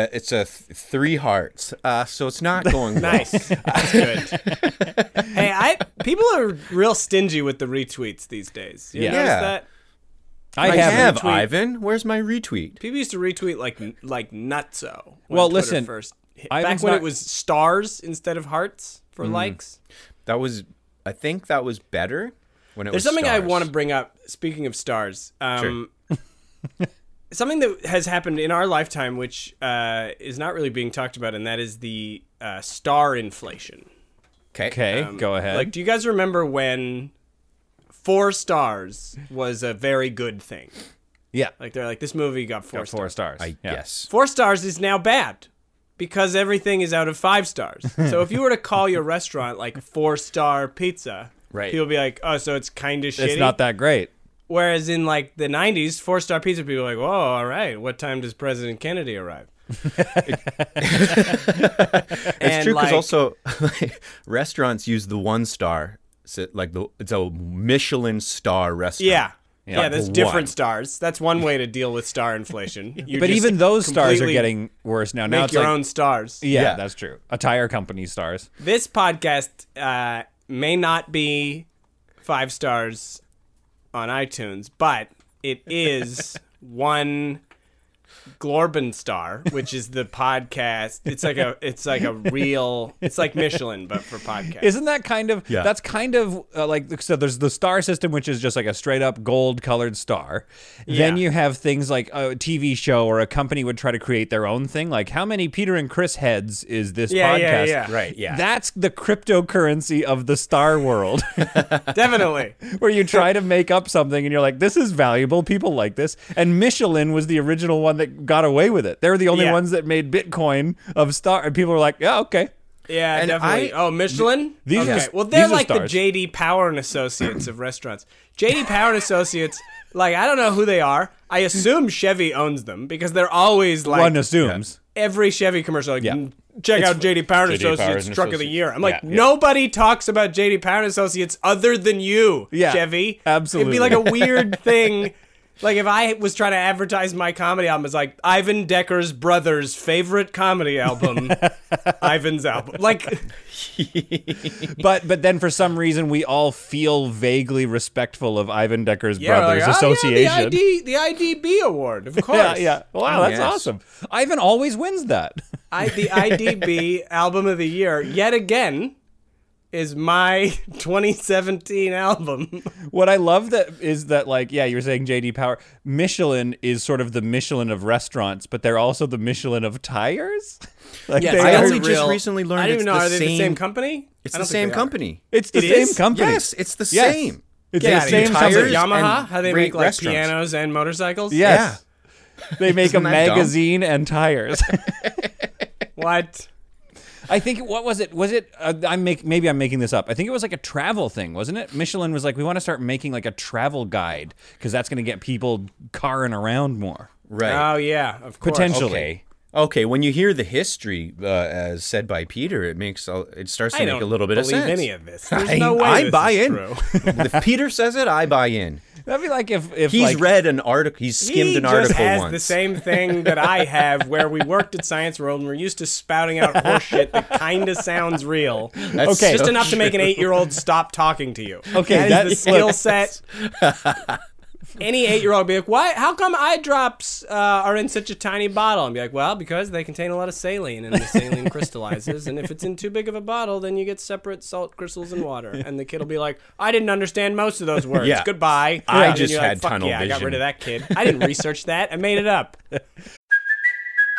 B: uh, it's a th- three hearts. Uh, so it's not going well.
A: Nice. That's good. hey, I people are real stingy with the retweets these days. You
C: Yeah.
A: notice
B: Yeah.
A: that?
C: I,
B: I
C: have it.
B: have
A: retweet.
B: Ivan. Where's my retweet?
A: People used to retweet like like nutso. when
C: Well,
A: Twitter
C: listen,
A: first hit-
C: Ivan's
A: back when
C: not-
A: it was stars instead of hearts for likes.
B: That was. I think that was better when it
A: There's
B: was.
A: something I
B: stars.
A: want to bring up. Speaking of stars, um, something that has happened in our lifetime, which uh, is not really being talked about, and that is the uh, star inflation.
B: Okay.
C: Okay, go ahead.
A: Like, do you guys remember when four stars was a very good thing?
C: yeah,
A: Like, they're like, this movie got four
C: got
A: stars.
C: four stars.
B: I
C: yeah.
B: guess.
A: Four stars is now bad because everything is out of five stars. so if you were to call your restaurant like four star pizza,
B: Right.
A: people would be like, oh, so it's kind of shitty.
C: It's not that great.
A: Whereas in like the '90s, four star pizza people were like, "Whoa, all right, what time does President Kennedy arrive?"
B: It's true because also restaurants use the one star. So, like the it's a Michelin star restaurant.
A: yeah, yeah,
B: Like
A: there's
B: one.
A: different stars. That's one way to deal with star inflation. You
C: But
A: just
C: even those stars are
A: completely
C: getting worse now. Now
A: make
C: it's
A: your
C: like,
A: own stars.
C: yeah,
B: Yeah.
C: that's true. A tire company stars.
A: This podcast uh, may not be five stars on iTunes, but it is one Glorbenstar, which is the podcast. It's like a it's like a real it's like Michelin but for podcasts.
C: Isn't that kind of
B: Yeah.
C: that's kind of uh, like so there's the star system which is just like a straight up gold colored star. Then
A: Yeah.
C: you have things like a TV show or a company would try to create their own thing like how many Peter and Chris heads is this
A: Yeah,
C: podcast?
A: yeah, yeah.
B: Right, yeah.
C: That's the cryptocurrency of the star world
A: Definitely.
C: where you try to make up something and you're like this is valuable people like this and Michelin was the original one that got away with it. They're the only
A: Yeah.
C: ones that made Bitcoin of star and people were like, "Yeah, okay."
A: Yeah,
B: And
A: definitely.
B: I-
A: oh, Michelin.
C: these
A: okay.
C: are-
A: well, they're
C: these are
A: like
C: stars.
A: the JD Power and Associates of restaurants. JD Power and Associates, like I don't know who they are. I assume Chevy owns them because they're always like
C: One assumes.
A: every Chevy commercial. Like,
C: Yeah.
A: "Mm, check out JD Power and
B: J.D. Power
A: Associates
B: and
A: Truck of the
B: Associates.
A: Year. I'm like,
B: Yeah, yeah.
A: nobody talks about JD Power and Associates other than you,
C: Yeah,
A: Chevy.
C: absolutely.
A: it'd be like a weird thing. Like if I was trying to advertise my comedy album, it's like Ivan Decker's brother's favorite comedy album, Ivan's album. Like
C: but but then for some reason we all feel vaguely respectful of Ivan Decker's
A: Yeah,
C: Brothers
A: like, "Oh,
C: Association.
A: yeah, the, ID, the IDB award, of course.
C: yeah, yeah. Wow, that's
B: yes.
C: awesome. Ivan always wins that.
A: I, the IDB album of the year, yet again, is my 2017 album.
C: what I love that is that like yeah, you were saying JD Power. Michelin is sort of the Michelin of restaurants, but they're also the Michelin of tires. like
A: Yes,
C: they
B: I
A: They are
B: only just
A: real-
B: recently learned
A: I don't
B: it's
A: even know.
B: the
A: Are they
B: same,
A: the same company?
B: It's
A: I
B: the
A: don't think
B: same
A: they are.
B: company.
C: it's the
A: It
C: same
A: is?
C: company.
B: Yes, it's the
C: Yes.
B: same.
C: It's
A: Get
C: the
A: out of here.
C: same
A: Tires
C: company.
B: Tires
A: Yamaha,
B: and
A: how they
B: great
A: make like
B: restaurants.
A: pianos and motorcycles.
C: Yes. They make a
B: Isn't that dumb?
C: magazine and tires.
A: What?
C: I think what was it? Was it? Uh, I'm make maybe I'm making this up. I think it was like a travel thing, wasn't it? Michelin was like, we want to start making like a travel guide because that's going to get people carring around more
B: Right.
A: Oh yeah, of course.
C: potentially.
B: okay. Okay, when you hear the history uh, as said by Peter, it makes all- it starts to
A: I
B: make
A: don't
B: a little bit of
A: believe
B: sense.
A: any of this. There's
B: I,
A: no way
B: I
A: this
B: buy
A: is
B: in.
A: true.
B: if Peter says it, I buy in.
C: That'd be like if if
B: He's
C: like,
B: read an article. He's skimmed
A: he
B: an article
A: just has
B: once.
A: the same thing that I have, where we worked at Science World and we're used to spouting out horseshit that kind of sounds real.
B: That's
C: Okay.
B: so
A: just enough to make an eight-year-old stop talking to you.
C: Okay,
A: that
C: that-
A: is the skill set. Any eight-year-old would be like, "Why? How come eye drops uh, are in such a tiny bottle?" And be like, "Well, because they contain a lot of saline, and the saline crystallizes. And if it's in too big of a bottle, then you get separate salt crystals and water." And the kid will be like, "I didn't understand most of those words.
B: Yeah.
A: Goodbye."
B: I
A: And
B: just
A: you're
B: had
A: "Fuck
B: tunnel
A: yeah, I got
B: vision."
A: rid of that kid. I didn't research that. I made it up.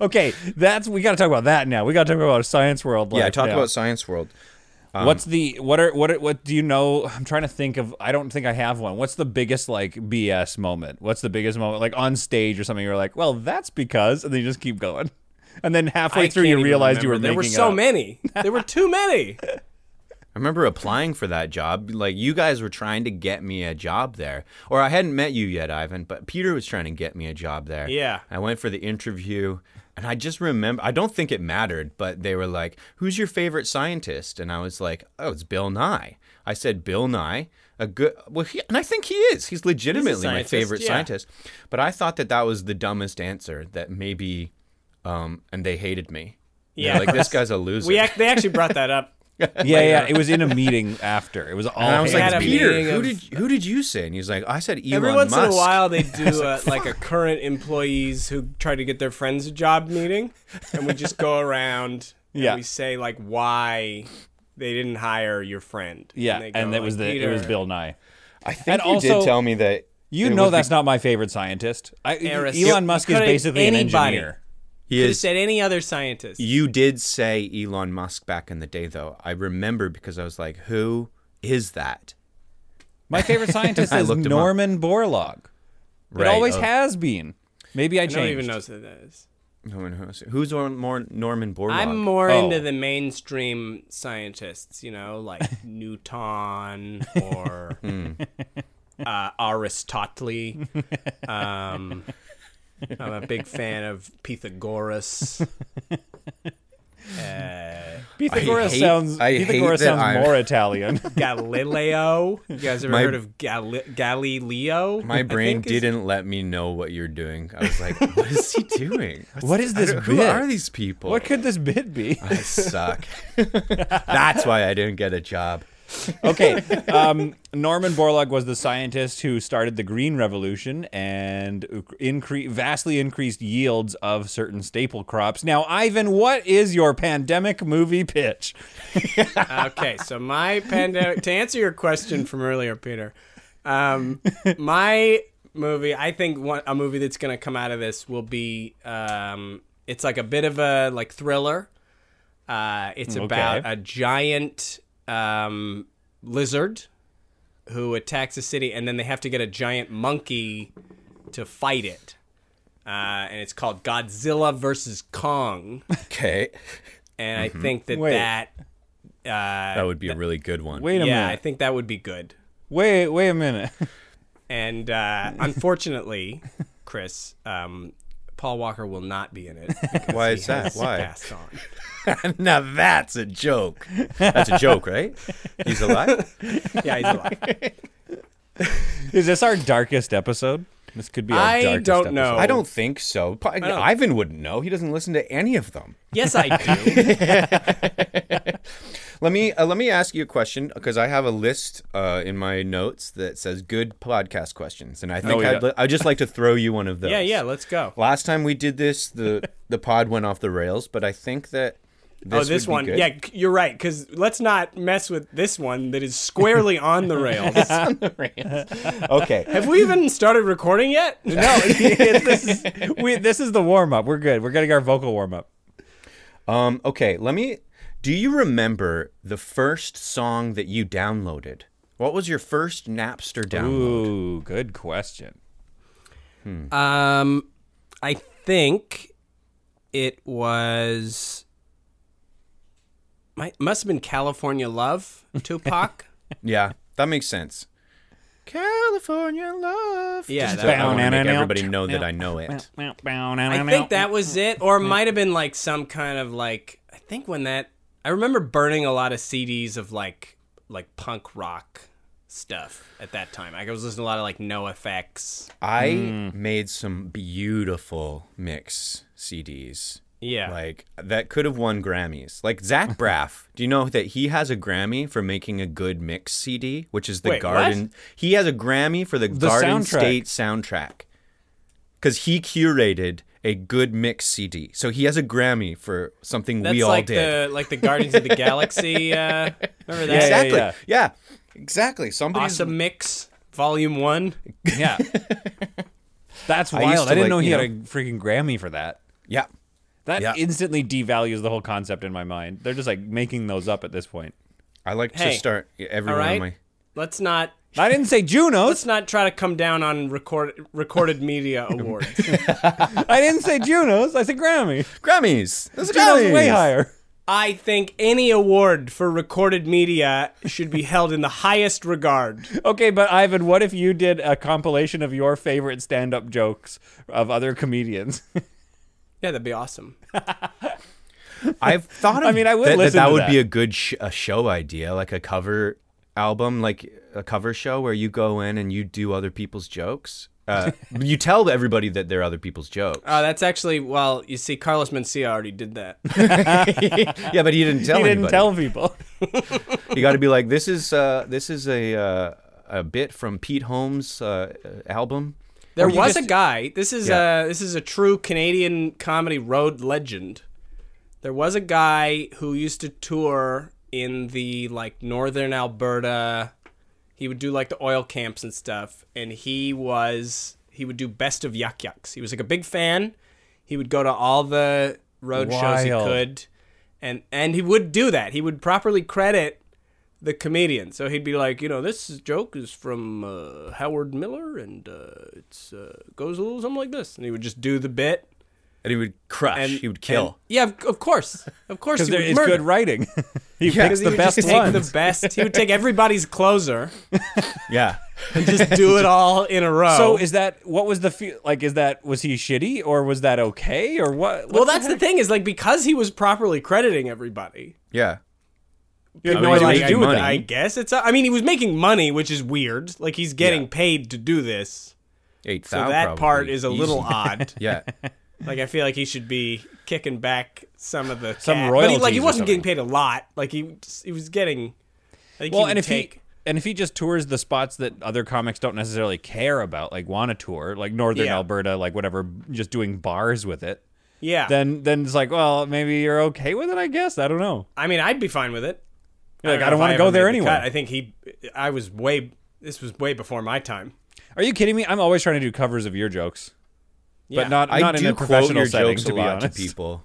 C: okay, that's we got to talk about that now. We got to talk about science world.
B: yeah,
C: life
B: talk
C: now.
B: about Science World.
C: What's the what are what are, what do you know? I'm trying to think of. I don't think I have one. What's the biggest like BS moment? What's the biggest moment like on stage or something? You're like, well, that's because, and then you just keep going, and then halfway
A: I
C: through
A: can't
C: you
A: even
C: realized you were
A: remember.
C: making
A: There were so
C: it up.
A: many. There were too many.
B: I remember applying for that job. Like you guys were trying to get me a job there, or I hadn't met you yet, Ivan. But Peter was trying to get me a job there.
A: Yeah.
B: I went for the interview, and I just remember. I don't think it mattered, but they were like, "Who's your favorite scientist?" And I was like, "Oh, it's Bill Nye." I said, "Bill Nye." A good well, he, and I think he is. He's legitimately
A: scientist,
B: my favorite
A: yeah.
B: scientist. But I thought that that was the dumbest answer. That maybe, um, and they hated me. They're
A: Yeah,
B: like this guy's a loser.
A: We ac- they actually brought that up.
C: Yeah, yeah. It was in a meeting after. It was all.
B: And I was
A: They
B: like,
A: had a
B: Peter,
A: meeting
B: who
A: of-
B: did who did you say? And he's like, I said Elon
A: Every once
B: Musk.
A: in a while, they do a, like a current employees who try to get their friends a job meeting, and we just go around and
C: Yeah.
A: we say like why they didn't hire your friend.
C: yeah,
A: they
C: and,
A: go,
C: that was the
A: like,
C: it was
A: "Peter,
C: Bill Nye.
B: I think
C: And
B: you
C: also-
B: did tell me that
C: You
B: it
C: know
B: was
C: that's not my favorite scientist. I,
A: Aristotle.
C: Elon Musk is
A: Could've
C: basically an
A: anybody.
C: engineer.
B: he
A: Could have
B: is-
A: said any other scientist.
B: You did say Elon Musk back in the day, though. I remember because I was like, who is that?
C: My favorite scientist
B: I
C: is
B: looked him up.
C: Norman Borlaug. It always
B: oh,
C: has been. Maybe I
A: no one even
C: changed.
A: knows who that is.
B: no one knows. Who's or- more Norman Borlaug?
A: I'm more
C: Oh.
A: into the mainstream scientists, you know, like Newton
B: Hmm.
A: or uh, Aristotle. Um, I'm a big fan of Pythagoras. uh,
C: Pythagoras
B: hate-
C: sounds
B: I hate
C: Pythagoras
B: that
C: sounds
B: I'm-
C: more Italian.
A: Galileo. You guys ever
B: My-
A: heard of Gali- Galileo? I
B: My
A: think
B: brain
A: is-
B: didn't let me know what you're doing. I was like, what is he doing? What's-
C: What is
B: I
C: this
B: don't- Who
C: bit?
B: are these people?
C: what could this bit be?
B: I suck. That's why I didn't get a job.
C: Okay, um, Norman Borlaug was the scientist who started the Green Revolution and incre- vastly increased yields of certain staple crops. Now, Ivan, what is your pandemic movie pitch?
A: okay, so my pandemic. to answer your question from earlier, Peter, um, my movie. I think one, a movie that's going to come out of this will be. Um, it's like a bit of a like thriller. Uh, it's
C: Mm,
A: about a giant um, lizard who attacks a city, and then they have to get a giant monkey to fight it. Uh, and it's called Godzilla versus Kong,
B: Okay.
A: and I think that
C: Mm-hmm. Wait.
A: that
B: That would be a really good one.
C: Wait a
A: yeah, I
C: minute.
A: think that would be good.
C: Wait, wait a minute.
A: And uh, unfortunately, Chris, um, Paul Walker will not be in it. because
B: Why
A: he
B: is that?
A: has
B: Why?
A: passed on.
B: now that's a joke. That's a joke, right? He's alive?
A: Yeah, he's alive.
C: Is this our darkest episode? This could be our
A: I
C: darkest
A: don't
C: episode.
A: know.
B: I don't think so. Pa- Ivan wouldn't know. He doesn't listen to any of them.
A: yes, I do.
B: Let me uh, let me ask you a question because I have a list uh, in my notes that says good podcast questions, and I think
C: yeah.
B: I'd, li- I'd just like to throw you one of those.
A: Oh, yeah, yeah. Let's go.
B: Last time we did this, the the pod went off the rails, but I think that this
A: oh, this
B: would be
A: one.
B: good.
A: Yeah, c- you're right. Because let's not mess with this one that is squarely on the rails.
B: Okay.
A: Have we even started recording yet?
C: No, this is, we, this is the warm up. We're good. We're getting our vocal warm up.
B: Um. Okay. Let me. Do you remember the first song that you downloaded? What was your first Napster download?
C: Ooh, good question.
A: Um, I think it was. My, must have been California Love, Tupac.
B: Yeah, that makes sense. California love.
A: Yeah,
B: Just
A: that
B: I want
C: one.
B: to make everybody know that I know it.
A: I think that was it, or it might have been like some kind of like I think when that I remember burning a lot of CDs of like like punk rock stuff at that time. Like, I was listening to a lot of like No Effects.
B: I
A: Mm.
B: made some beautiful mix CDs.
A: Yeah.
B: Like that could have won Grammys. Like Zach Braff, do you know that he has a Grammy for making a good mix CD, which is the
A: Wait, what?
B: Garden. He has a Grammy for the, Garden
C: soundtrack.
B: State soundtrack because he curated a good mix CD. So he has a Grammy for something
A: That's
B: we all
A: like
B: did.
A: the like the Guardians of the Galaxy. Uh, remember that?
B: exactly.
C: yeah.
B: Yeah, exactly. Somebody's
A: Awesome Mix Volume One.
C: Yeah. That's
B: used
C: wild.
B: to,
C: I, didn't
B: like,
C: know he
B: you
C: had a freaking Grammy for that.
B: Yeah.
C: That
B: Yeah.
C: instantly devalues the whole concept in my mind. They're just like making those up at this point.
B: I like
A: Hey,
B: to start every
A: All
B: one
A: right.
B: of my.
A: Let's not
C: I didn't say
A: let's
C: Junos.
A: not try to come down on record recorded media awards.
C: I didn't say Junos. I said Grammy.
B: Grammys. Those
C: Junos
B: Grammys.
C: way higher.
A: I think any award for recorded media should be held in the highest regard.
C: Okay, but Ivan, what if you did a compilation of your favorite stand-up jokes of other comedians?
A: Yeah, that'd be awesome.
B: I've thought. Of
C: I mean, I would
B: that,
C: listen
B: That, that
C: to
B: would
C: that.
B: be a good sh- a show idea, like a cover album, like a cover show where you go in and you do other people's jokes. Uh, you tell everybody that they're other people's jokes.
A: Uh, that's actually well, you see, Carlos Mencia already did that.
B: yeah, but he didn't tell.
C: he didn't
B: anybody.
C: tell people.
B: You got to be like, this is uh, this is a uh, a bit from Pete Holmes' uh, album.
A: There
B: Or you
A: was
B: just-
A: a guy. This is
B: Yeah.
A: a this is a true Canadian comedy road legend. There was a guy who used to tour in the like northern Alberta. He would do like the oil camps and stuff, and he was he would do best of yuck yucks. He was like a big fan. He would go to all the road shows he
C: Wild.
A: could, and and he would do that. He would properly credit the comedian. So he'd be like, you know, this is- joke is from uh, Howard Miller, and uh, it's uh, goes a little something like this, and he would just do the bit,
B: and he would crush.
A: And
B: he would kill.
A: and- yeah, of- of course, of course.
C: because
A: he would
C: it's
A: murder.
C: good writing. he
B: Yeah.
C: picks
B: He
C: the
A: He would just
C: best
A: take
C: one.
A: the best. He would take everybody's closer
B: yeah.
A: and just do it all in a row.
C: So is that what was the fe- like? Is that was he shitty or was that okay or what?
A: well,
C: what
A: that's the thing is like because he was properly crediting everybody.
B: Yeah.
C: You
B: I mean,
C: had no
B: he's
C: idea what
B: making
C: to do with
B: money.
A: I
C: that.
A: guess it's. I mean, he was making money, which is weird. Like he's getting paid to do this.
B: Eight
A: So
B: thou
A: that
B: probably.
A: part is a
B: Easy.
A: little odd.
B: Yeah.
A: Like I feel like he should be kicking back some of the
C: Some
A: cat. But he, like
C: royalties
A: he
C: or
A: wasn't getting
C: something.
A: paid a lot. Like he he was getting. I think
C: Well,
A: he
C: and
A: would
C: if
A: take,
C: he and if he just tours the spots that other comics don't necessarily care about, like want to tour, like northern
A: Yeah.
C: Alberta, like whatever, just doing bars with it.
A: yeah,
C: Then then it's like, well, maybe you're okay with it. I guess I don't know.
A: I mean, I'd be fine with it.
C: You're like,
A: don't know
C: I don't
A: if
C: want to
A: ever
C: go there
A: made the
C: anyway.
A: cut. I think he. I was way. This was way before my time.
C: Are you kidding me? I'm always trying to do covers of your jokes,
A: Yeah.
C: but not
B: I
C: not
B: do
C: in a
B: quote
C: professional
B: your
C: setting.
B: jokes
C: to
B: a
C: be
B: lot
C: honest,
B: to people.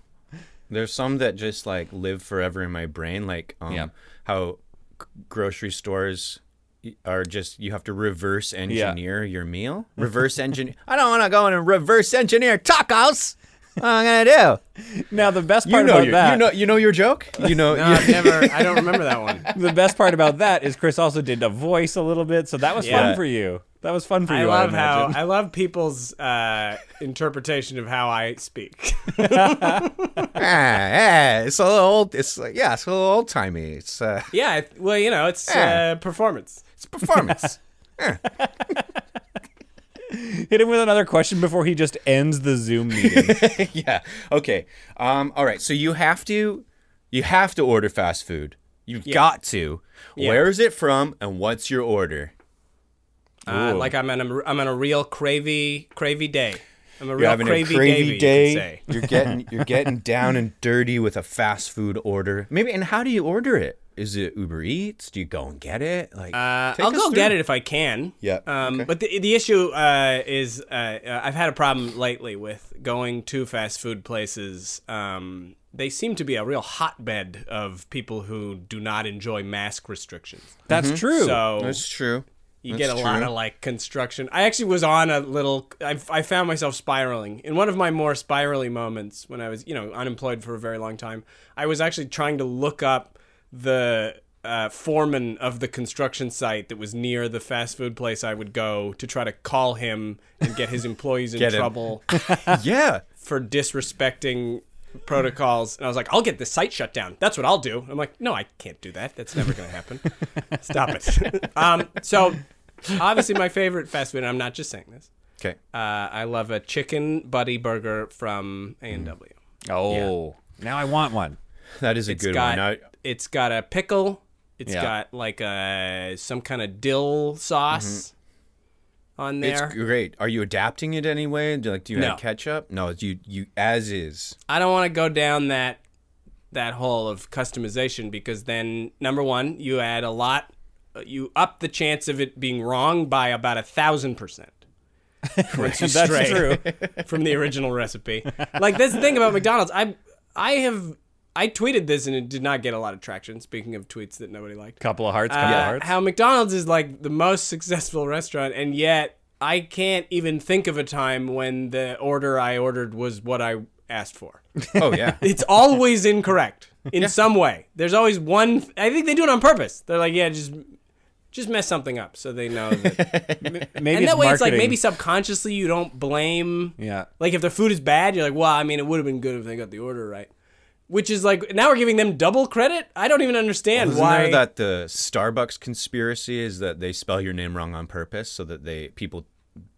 B: There's some that just like live forever in my brain, like um,
C: Yeah.
B: how g- grocery stores y- are just you have to reverse engineer your meal. Reverse engineer. I don't want to go in and reverse engineer tacos. What am I gonna do?
C: Now the best
B: You
C: part
B: know
C: about
B: your,
C: that,
B: you know you know your joke. You know.
A: No, I've never. I don't remember that one.
C: the best part about that is Chris also did a voice a little bit, so that was
A: Yeah.
C: fun for you. That was fun for
A: I
C: you.
A: love how
C: imagine.
A: I love people's uh, interpretation of how I speak.
B: ah, yeah, it's a little old. It's like, yeah, it's a little old timey. It's uh,
A: yeah, I- well, you know, it's
B: Yeah.
A: uh, performance.
B: it's performance.
C: hit him with another question before he just ends the Zoom meeting.
B: yeah. Okay. Um. All right. So you have to, you have to order fast food. You've got to. Where is it from, and what's your order?
A: Uh,
C: Ooh.
A: like I'm on a, I'm on a real cravey cravey day. I'm a real
B: You're having
A: cravey,
B: a
A: day.
B: cravy
A: You could
B: day.
A: say.
B: You're getting you're getting down and dirty with a fast food order. Maybe. And how do you order it? Is it Uber Eats? Do you go and get it? Like,
A: Uh, I'll go get it if I can.
B: Yeah,
A: Um, But the, the issue uh, is uh, uh, I've had a problem lately with going to fast food places. Um, they seem to be a real hotbed of people who do not enjoy mask restrictions.
C: That's
B: Mm-hmm.
C: true.
A: So
B: That's true.
A: you get a lot of like construction. I actually was on a little. I, I found myself spiraling in one of my more spirally moments when I was, you know, unemployed for a very long time. I was actually trying to look up the uh, foreman of the construction site that was near the fast food place I would go to try to call him and get his employees in
B: Get him.
A: trouble
B: Yeah.
A: for disrespecting protocols and i was like i'll get the site shut down that's what i'll do i'm like no i can't do that that's never gonna happen stop it um, so obviously my favorite fast food and i'm not just saying this
B: Okay.
A: uh, i love a chicken buddy burger from a&w
C: oh, now I want one.
B: That is a
A: It's
B: Mm. good
A: got
B: one. I-
A: it's got a pickle It's
C: Yeah.
A: got like a some kind of dill sauce on
B: Mm-hmm. it's
A: there
B: great. Are you adapting it anyway? Do, like, do you
A: No.
B: add ketchup? No, you you as is.
A: I don't want to go down that that hole of customization because then number one, you add a lot, you up the chance of it being wrong by about a thousand percent. Once you
C: That's
A: stray
C: true.
A: from the original recipe. Like this thing about McDonald's, I I have I tweeted this and it did not get a lot of traction. Speaking of tweets that nobody liked,
C: Couple of hearts, couple
A: uh,
C: of hearts.
A: how McDonald's is like the most successful restaurant, and yet I can't even think of a time when the order I ordered was what I asked for.
B: Oh yeah.
A: It's always incorrect in some way. There's always one. I think they do it on purpose. They're like, yeah, just just mess something up so they know. That.
C: maybe
A: and
C: it's
A: that way, it's like
C: marketing.
A: maybe subconsciously you don't blame.
C: Yeah.
A: Like if the food is bad, you're like, well, I mean, it would have been good if they got the order right. Which is like now we're giving them double credit. I don't even understand
B: Isn't
A: why.
B: there that the Starbucks conspiracy is that they spell your name wrong on purpose so that they people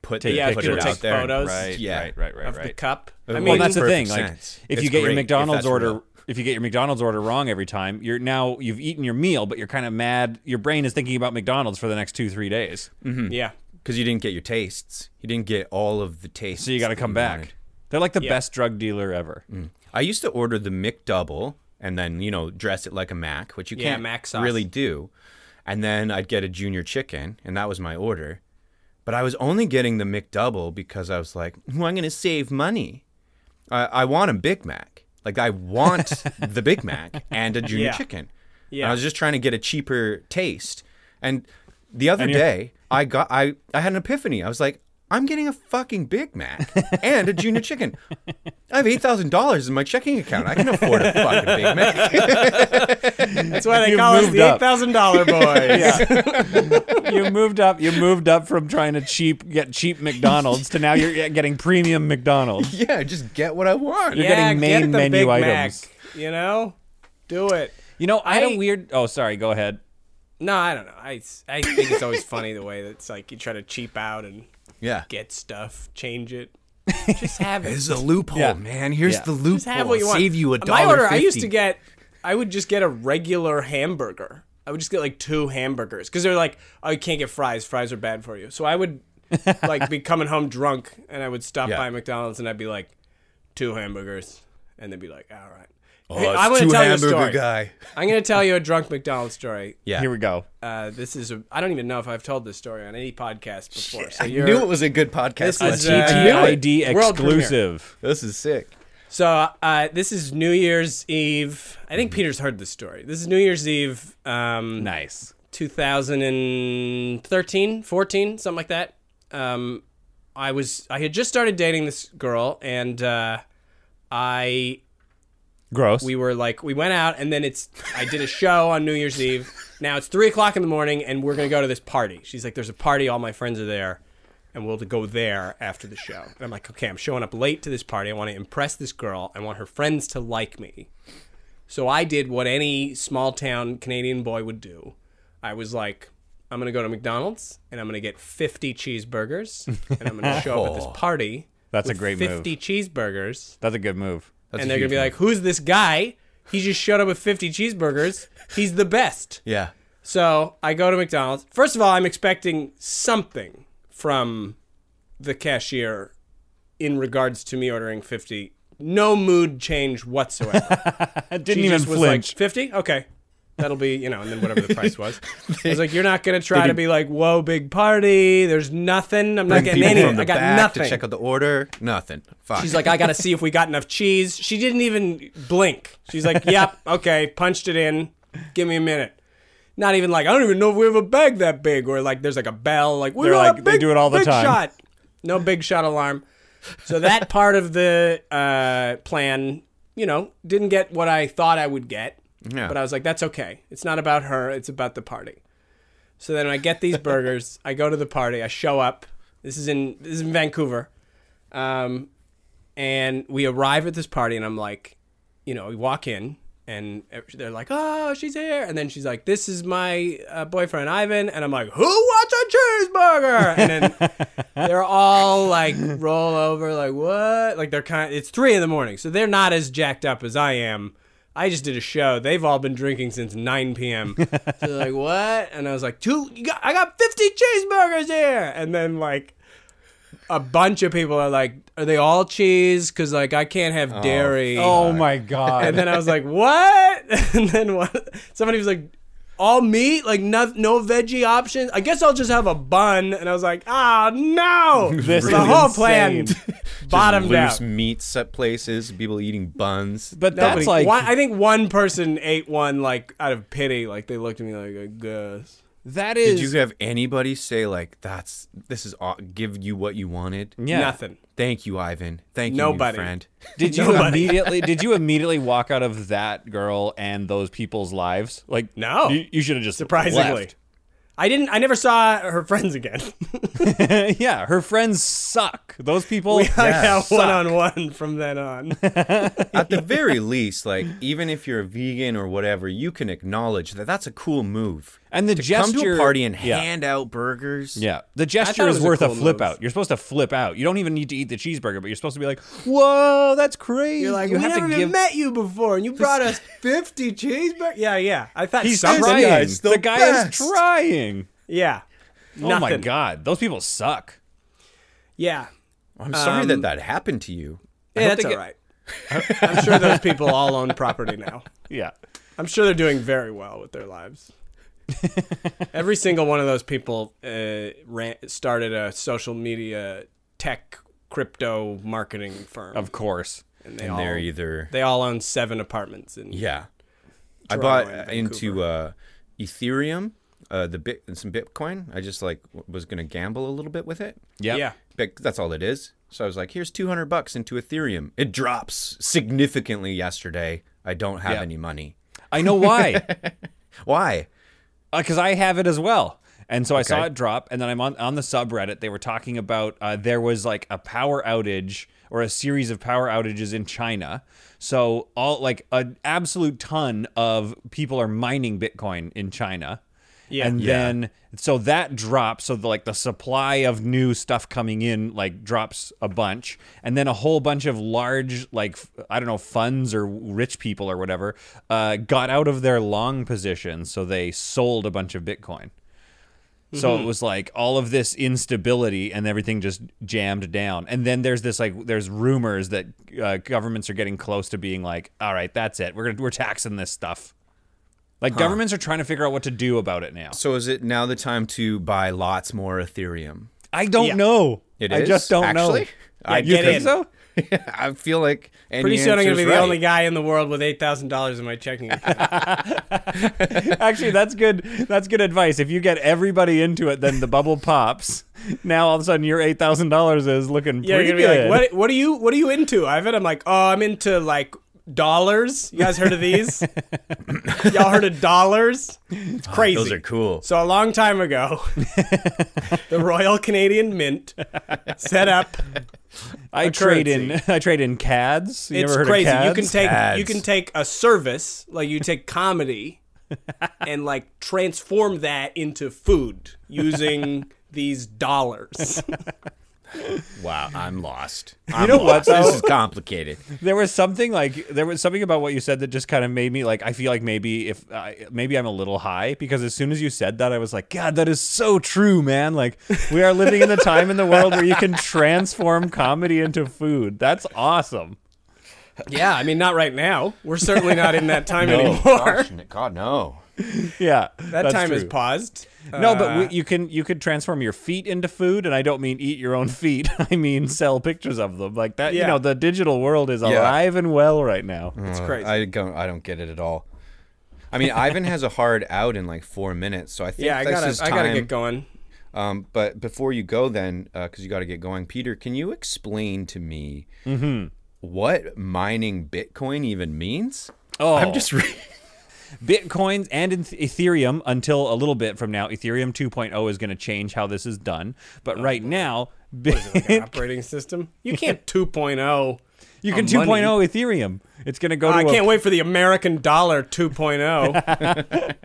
B: put
C: Take
B: they
A: yeah,
B: put
A: people
B: it
A: take
B: out there.
A: photos
C: right,
B: Yeah.
C: right, right, right,
A: of
C: right.
A: the cup. I
B: Well,
A: mean,
C: well, that's the
B: perfect
C: thing. Like,
B: sense.
C: if
B: It's
C: you
B: great
C: get your
B: if
C: McDonald's
B: that's
C: order,
B: real.
C: if you get your McDonald's order wrong every time, you're now you've eaten your meal, but you're kind of mad. Your brain is thinking about McDonald's for the next two, three days.
B: Mm-hmm.
A: yeah.
B: Because you didn't get your tastes. You didn't get all of the tastes.
C: So you got to come
B: that
C: back.
B: wanted.
C: They're like the best drug dealer ever.
B: I used to order the McDouble and then, you know, dress it like a Mac, which you
A: Yeah,
B: can't
A: Mac sauce.
B: really do. And then I'd get a junior chicken, and that was my order. But I was only getting the McDouble because I was like, well, I'm going to save money. I, I want a Big Mac. Like, I want the Big Mac and a junior
A: Yeah.
B: chicken. And
A: Yeah.
B: I was just trying to get a cheaper taste. And the other
C: And you're-
B: day, I got I, I had an epiphany. I was like, I'm getting a fucking Big Mac and a Junior Chicken. I have eight thousand dollars in my checking account. I can afford a fucking Big Mac.
A: That's why they
C: You
A: call us
C: moved
A: the
C: up.
A: eight thousand dollar boys.
C: you moved up. You moved up from trying to cheap get cheap McDonald's to now you're getting premium McDonald's.
B: yeah, just get what I want.
C: You're getting main
A: the
C: menu
A: Big
C: items.
A: Mac, you know, do it.
C: You know, I had
A: I-
C: a weird. Oh, sorry. Go ahead.
A: No, I don't know. I, I think it's always funny the way that's like you try to cheap out and
B: Yeah.
A: get stuff, change it. Just have it.
B: This is a loophole,
C: Yeah.
B: man. Here's
C: Yeah.
B: the loophole.
A: Just have what you want.
B: Save you a dollar.
A: My order, I used
B: 50.
A: to get, I would just get a regular hamburger. I would just get like two hamburgers because they're like, oh, you can't get fries. Fries are bad for you. So I would like be coming home drunk and I would stop
B: Yeah.
A: by McDonald's and I'd be like, two hamburgers, and they'd be like, all right.
B: Oh,
A: Hey,
B: it's
A: I'm gonna
B: two
A: tell you a
B: hamburger
A: story.
B: guy.
A: I'm gonna tell you a drunk McDonald's story.
B: Yeah.
C: Here we go.
A: Uh, this is a, I don't even know if I've told this story on any podcast before. So
B: I
A: you're,
B: knew it was a good podcast.
A: This is,
B: lesson.
A: uh,
B: I knew it.
C: TID
A: World premiere.
C: exclusive.
B: This is sick.
A: So uh, this is New Year's Eve. I think Peter's heard this story. This is New Year's Eve, um,
C: Nice.
A: 2013, 14, something like that. Um, I was I had just started dating this girl, and uh, I
C: Gross.
A: we were like we went out and then it's i did a show on new year's eve now it's three o'clock in the morning and we're gonna go to this party she's like there's a party all my friends are there and we'll go there after the show and i'm like okay i'm showing up late to this party i want to impress this girl i want her friends to like me so i did what any small town canadian boy would do i was like i'm gonna go to mcdonald's and i'm gonna get 50 cheeseburgers and i'm gonna show up at this party
C: Oh. That's a
A: with
C: great move.
A: 50 cheeseburgers
C: That's a good move.
B: That's
A: and
B: a
A: they're gonna be
B: huge
A: like, "Who's this guy? He just showed up with 50 cheeseburgers. He's the best."
B: yeah.
A: So I go to McDonald's. First of all, I'm expecting something from the cashier in regards to me ordering 50. No mood change whatsoever.
C: I didn't
A: She
C: even
A: just was like,
C: flinch.
A: 50? Okay. That'll be, you know, and then whatever the price was. I was like, you're not going to try to be like, whoa, big party. There's nothing. I'm not getting
B: People
A: any.
B: from the
A: I got
B: back
A: nothing.
B: to check out the order. Nothing. Fuck.
A: She's like, I gotta see if we got enough cheese. She didn't even blink. She's like, Yep, okay, punched it in. Give me a minute. Not even like, I don't even know if we have a bag that big, or like there's like a bell, like we
C: They're
A: got a
C: like, they
A: big-
C: do it all the
A: big
C: time.
A: Shot. No big shot alarm. So that part of the uh, plan, you know, didn't get what I thought I would get.
B: Yeah.
A: But I was like, that's okay. It's not about her. It's about the party. So then I get these burgers. I go to the party. I show up. This is in this is in Vancouver, um, and we arrive at this party, and I'm like, you know, we walk in, and they're like, oh, she's here, and then she's like, this is my uh, boyfriend Ivan, and I'm like, who wants a cheeseburger? And then they're all like roll over like what like they're kind it's three in the morning so they're not as jacked up as i am i just did a show they've all been drinking since 9 p.m so they're like what and i was like two you got, i got 50 cheeseburgers here and then like a bunch of people are like are they all cheese because like i can't have dairy
C: oh my god.
A: and then I was like, "What?" And then what? Somebody was like, "All meat, like no, no veggie options." I guess I'll just have a bun. And I was like, "Ah, no!"
C: This
A: the
C: is
A: whole plan
C: insane.
A: bottomed
B: loose
A: out.
B: meat set places. People eating buns.
C: but
A: Nobody-
C: that's like
A: one, I think one person ate one like out of pity. Like they looked at me like, "I guess."
C: that
B: Did
C: is
B: you have anybody say like, "That's this is aw- give you what you wanted"?
C: yeah.
A: Nothing.
B: Thank you, Ivan. Thank you, new
A: Nobody.
B: friend.
C: Did you immediately? Did you immediately walk out of that girl and those people's lives? Like
A: No. Oh.
C: you, should have just
A: Surprisingly. I didn't. I never saw her friends again.
C: left. yeah, her friends suck. Those people.
A: we hung out
C: suck.
A: one on one from then on.
B: At the very least, like even if you're a vegan or whatever, you can acknowledge that that's a cool move.
C: And the
B: to
C: gesture
B: come to a party and
C: yeah.
B: hand out burgers.
C: Yeah, the
A: it
C: gesture is
A: was a
C: worth a,
A: cool move.
C: flip out. You're supposed to flip out. You don't even need to eat the cheeseburger, but you're supposed to be like, "Whoa, that's crazy!"
A: You're like,
C: you
A: we
C: have
A: never
C: to
A: even
C: give.
A: met you before, and you brought us 50 cheeseburgers. Yeah, yeah. I thought
C: He's
A: something-
C: trying.
B: guy's the
C: the guy
B: best.
C: is trying.
A: Yeah.
C: Oh my
A: Nothing.
C: god, those people suck.
A: Yeah.
B: I'm sorry
C: Um,
B: that that happened to you.
A: Yeah, that's
C: they
A: all
C: get-
A: right. I'm sure those people all own property now.
C: Yeah,
A: I'm sure they're doing very well with their lives. Every single one of those people uh, ran, started a social media tech crypto marketing firm.
C: of course.
A: and they,
B: And
A: all,
B: they're
C: oh.
B: either
A: they all own seven apartments. And
B: Yeah. I
A: Toronto
B: bought
A: and
B: uh, into uh, Ethereum, uh, the bit and some Bitcoin. I just like w- was gonna gamble a little bit with it,
C: Yep.
A: Yeah.
B: Like, that's all it is. So I was like, here's 200 bucks into Ethereum. It drops significantly yesterday. I don't have
C: Yeah.
B: any money.
C: I know why.
B: Why?
C: because I have it as well. And so I saw
B: Okay.
C: it drop, and then I'm on on the subreddit. They were talking about uh, there was like a power outage or a series of power outages in China. So all like an absolute ton of people are mining Bitcoin in China.
A: Yeah.
C: And
A: Yeah.
C: then so that drops. So the, like the supply of new stuff coming in like drops a bunch, and then a whole bunch of large like f- I don't know funds or rich people or whatever uh, got out of their long positions, so they sold a bunch of Bitcoin. So
A: Mm-hmm.
C: it was like all of this instability and everything just jammed down. And then there's this like there's rumors that uh, governments are getting close to being like, all right, that's it. We're gonna, we're taxing this stuff. Like governments are trying to figure out what to do about it now.
B: So is it now the time to buy lots more Ethereum?
C: I don't know.
B: It
C: I
B: is,
C: just don't
B: actually?
C: know.
B: I
C: you
A: get
C: think
A: in.
C: so?
B: I feel like any
A: Pretty soon I'm gonna
B: answer's
A: be
B: right.
A: the only guy in the world with eight thousand dollars in my checking account.
C: Actually, that's good. That's good advice. If you get everybody into it, then the bubble pops. Now all of a sudden, your eight thousand dollars is looking
A: Yeah,
C: pretty
A: you're gonna be
C: good.
A: like, what? What are you? What are you into, Ivan? I'm like, oh, I'm into like dollars. You guys heard of these? Y'all heard of dollars? It's crazy.
B: Ah, Those are cool.
A: So a long time ago, the Royal Canadian Mint set up.
C: I trade in. I trade in cads. You
A: it's
C: ever heard
A: crazy.
C: Of cads?
A: You can take you
B: Cads.
A: can take a service like you take comedy, and like transform that into food using these dollars.
B: Wow, I'm lost.
C: You know what?
B: This
C: Though?
B: is complicated.
C: There was something like there was something about what you said that just kind of made me like I feel like maybe if I, maybe I'm a little high because as soon as you said that I was like God that is so true man like we are living in the time in the world where you can transform comedy into food that's awesome
A: yeah, I mean, not right now. We're certainly not in that time anymore.
B: God, no.
C: yeah
A: That time is paused. Uh,
C: no but we, you can you could transform your feet into food and I don't mean eat your own feet I mean sell pictures of them like that you
A: Yeah.
C: know the digital world is alive and well right now
A: It's crazy.
B: I don't. I don't get it at all. I mean, Ivan has a hard out in like four minutes, so I think
A: yeah, I
B: this
A: gotta,
B: is
A: I
B: time.
A: gotta get going.
B: Um, but before you go, then, because you got to get going, Peter, can you explain to me
A: Mm-hmm.
B: what mining Bitcoin even means?
C: oh
B: I'm just re-
C: Bitcoins and in Ethereum until a little bit from now. Ethereum 2.0 is going to change how this is done. But right now, Bit-
A: Operating system. You can't 2.0.
C: you can
A: on
C: 2.0
A: money.
C: Ethereum. It's going to go to
A: I
C: a-
A: can't wait for the American dollar oh. 2.0.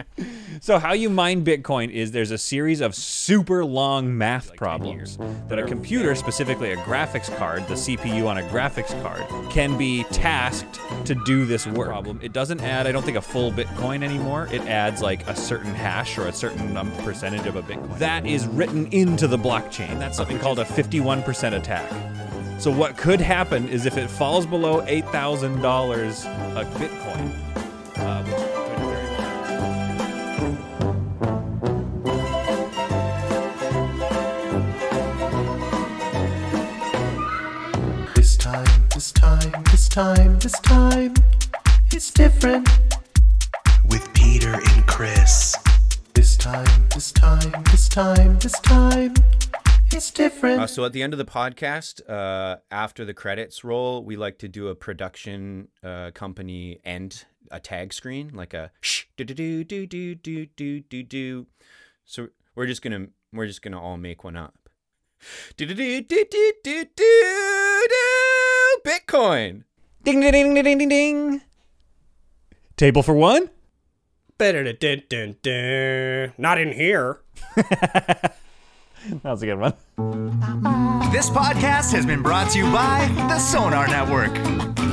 C: So how you mine Bitcoin is there's a series of super long math problems that a computer, specifically a graphics card, the CPU on a graphics card, can be tasked to do this work. Problem. It doesn't add, I don't think, a full Bitcoin anymore. It adds like a certain hash or a certain um, percentage of a Bitcoin. That is written into the blockchain. That's something called a 51% attack. So what could happen is if it falls below $8,000 a Bitcoin, uh, which could very well
D: This time, this time, this time, this time, it's different. With Peter and Chris. This time, this time, this time, this time, it's different.
B: Uh, so at the end of the podcast, uh, after the credits roll, we like to do a production uh, company end a tag screen, like a shh do do do do do do do do do. So we're just gonna we're just gonna all make one up. Do do do do do do do do Bitcoin.
C: Ding ding ding ding ding ding ding. Table for one.
A: Better to dun, dun, dun. Not in here.
C: That was a good one.
E: This podcast has been brought to you by the Sonar Network.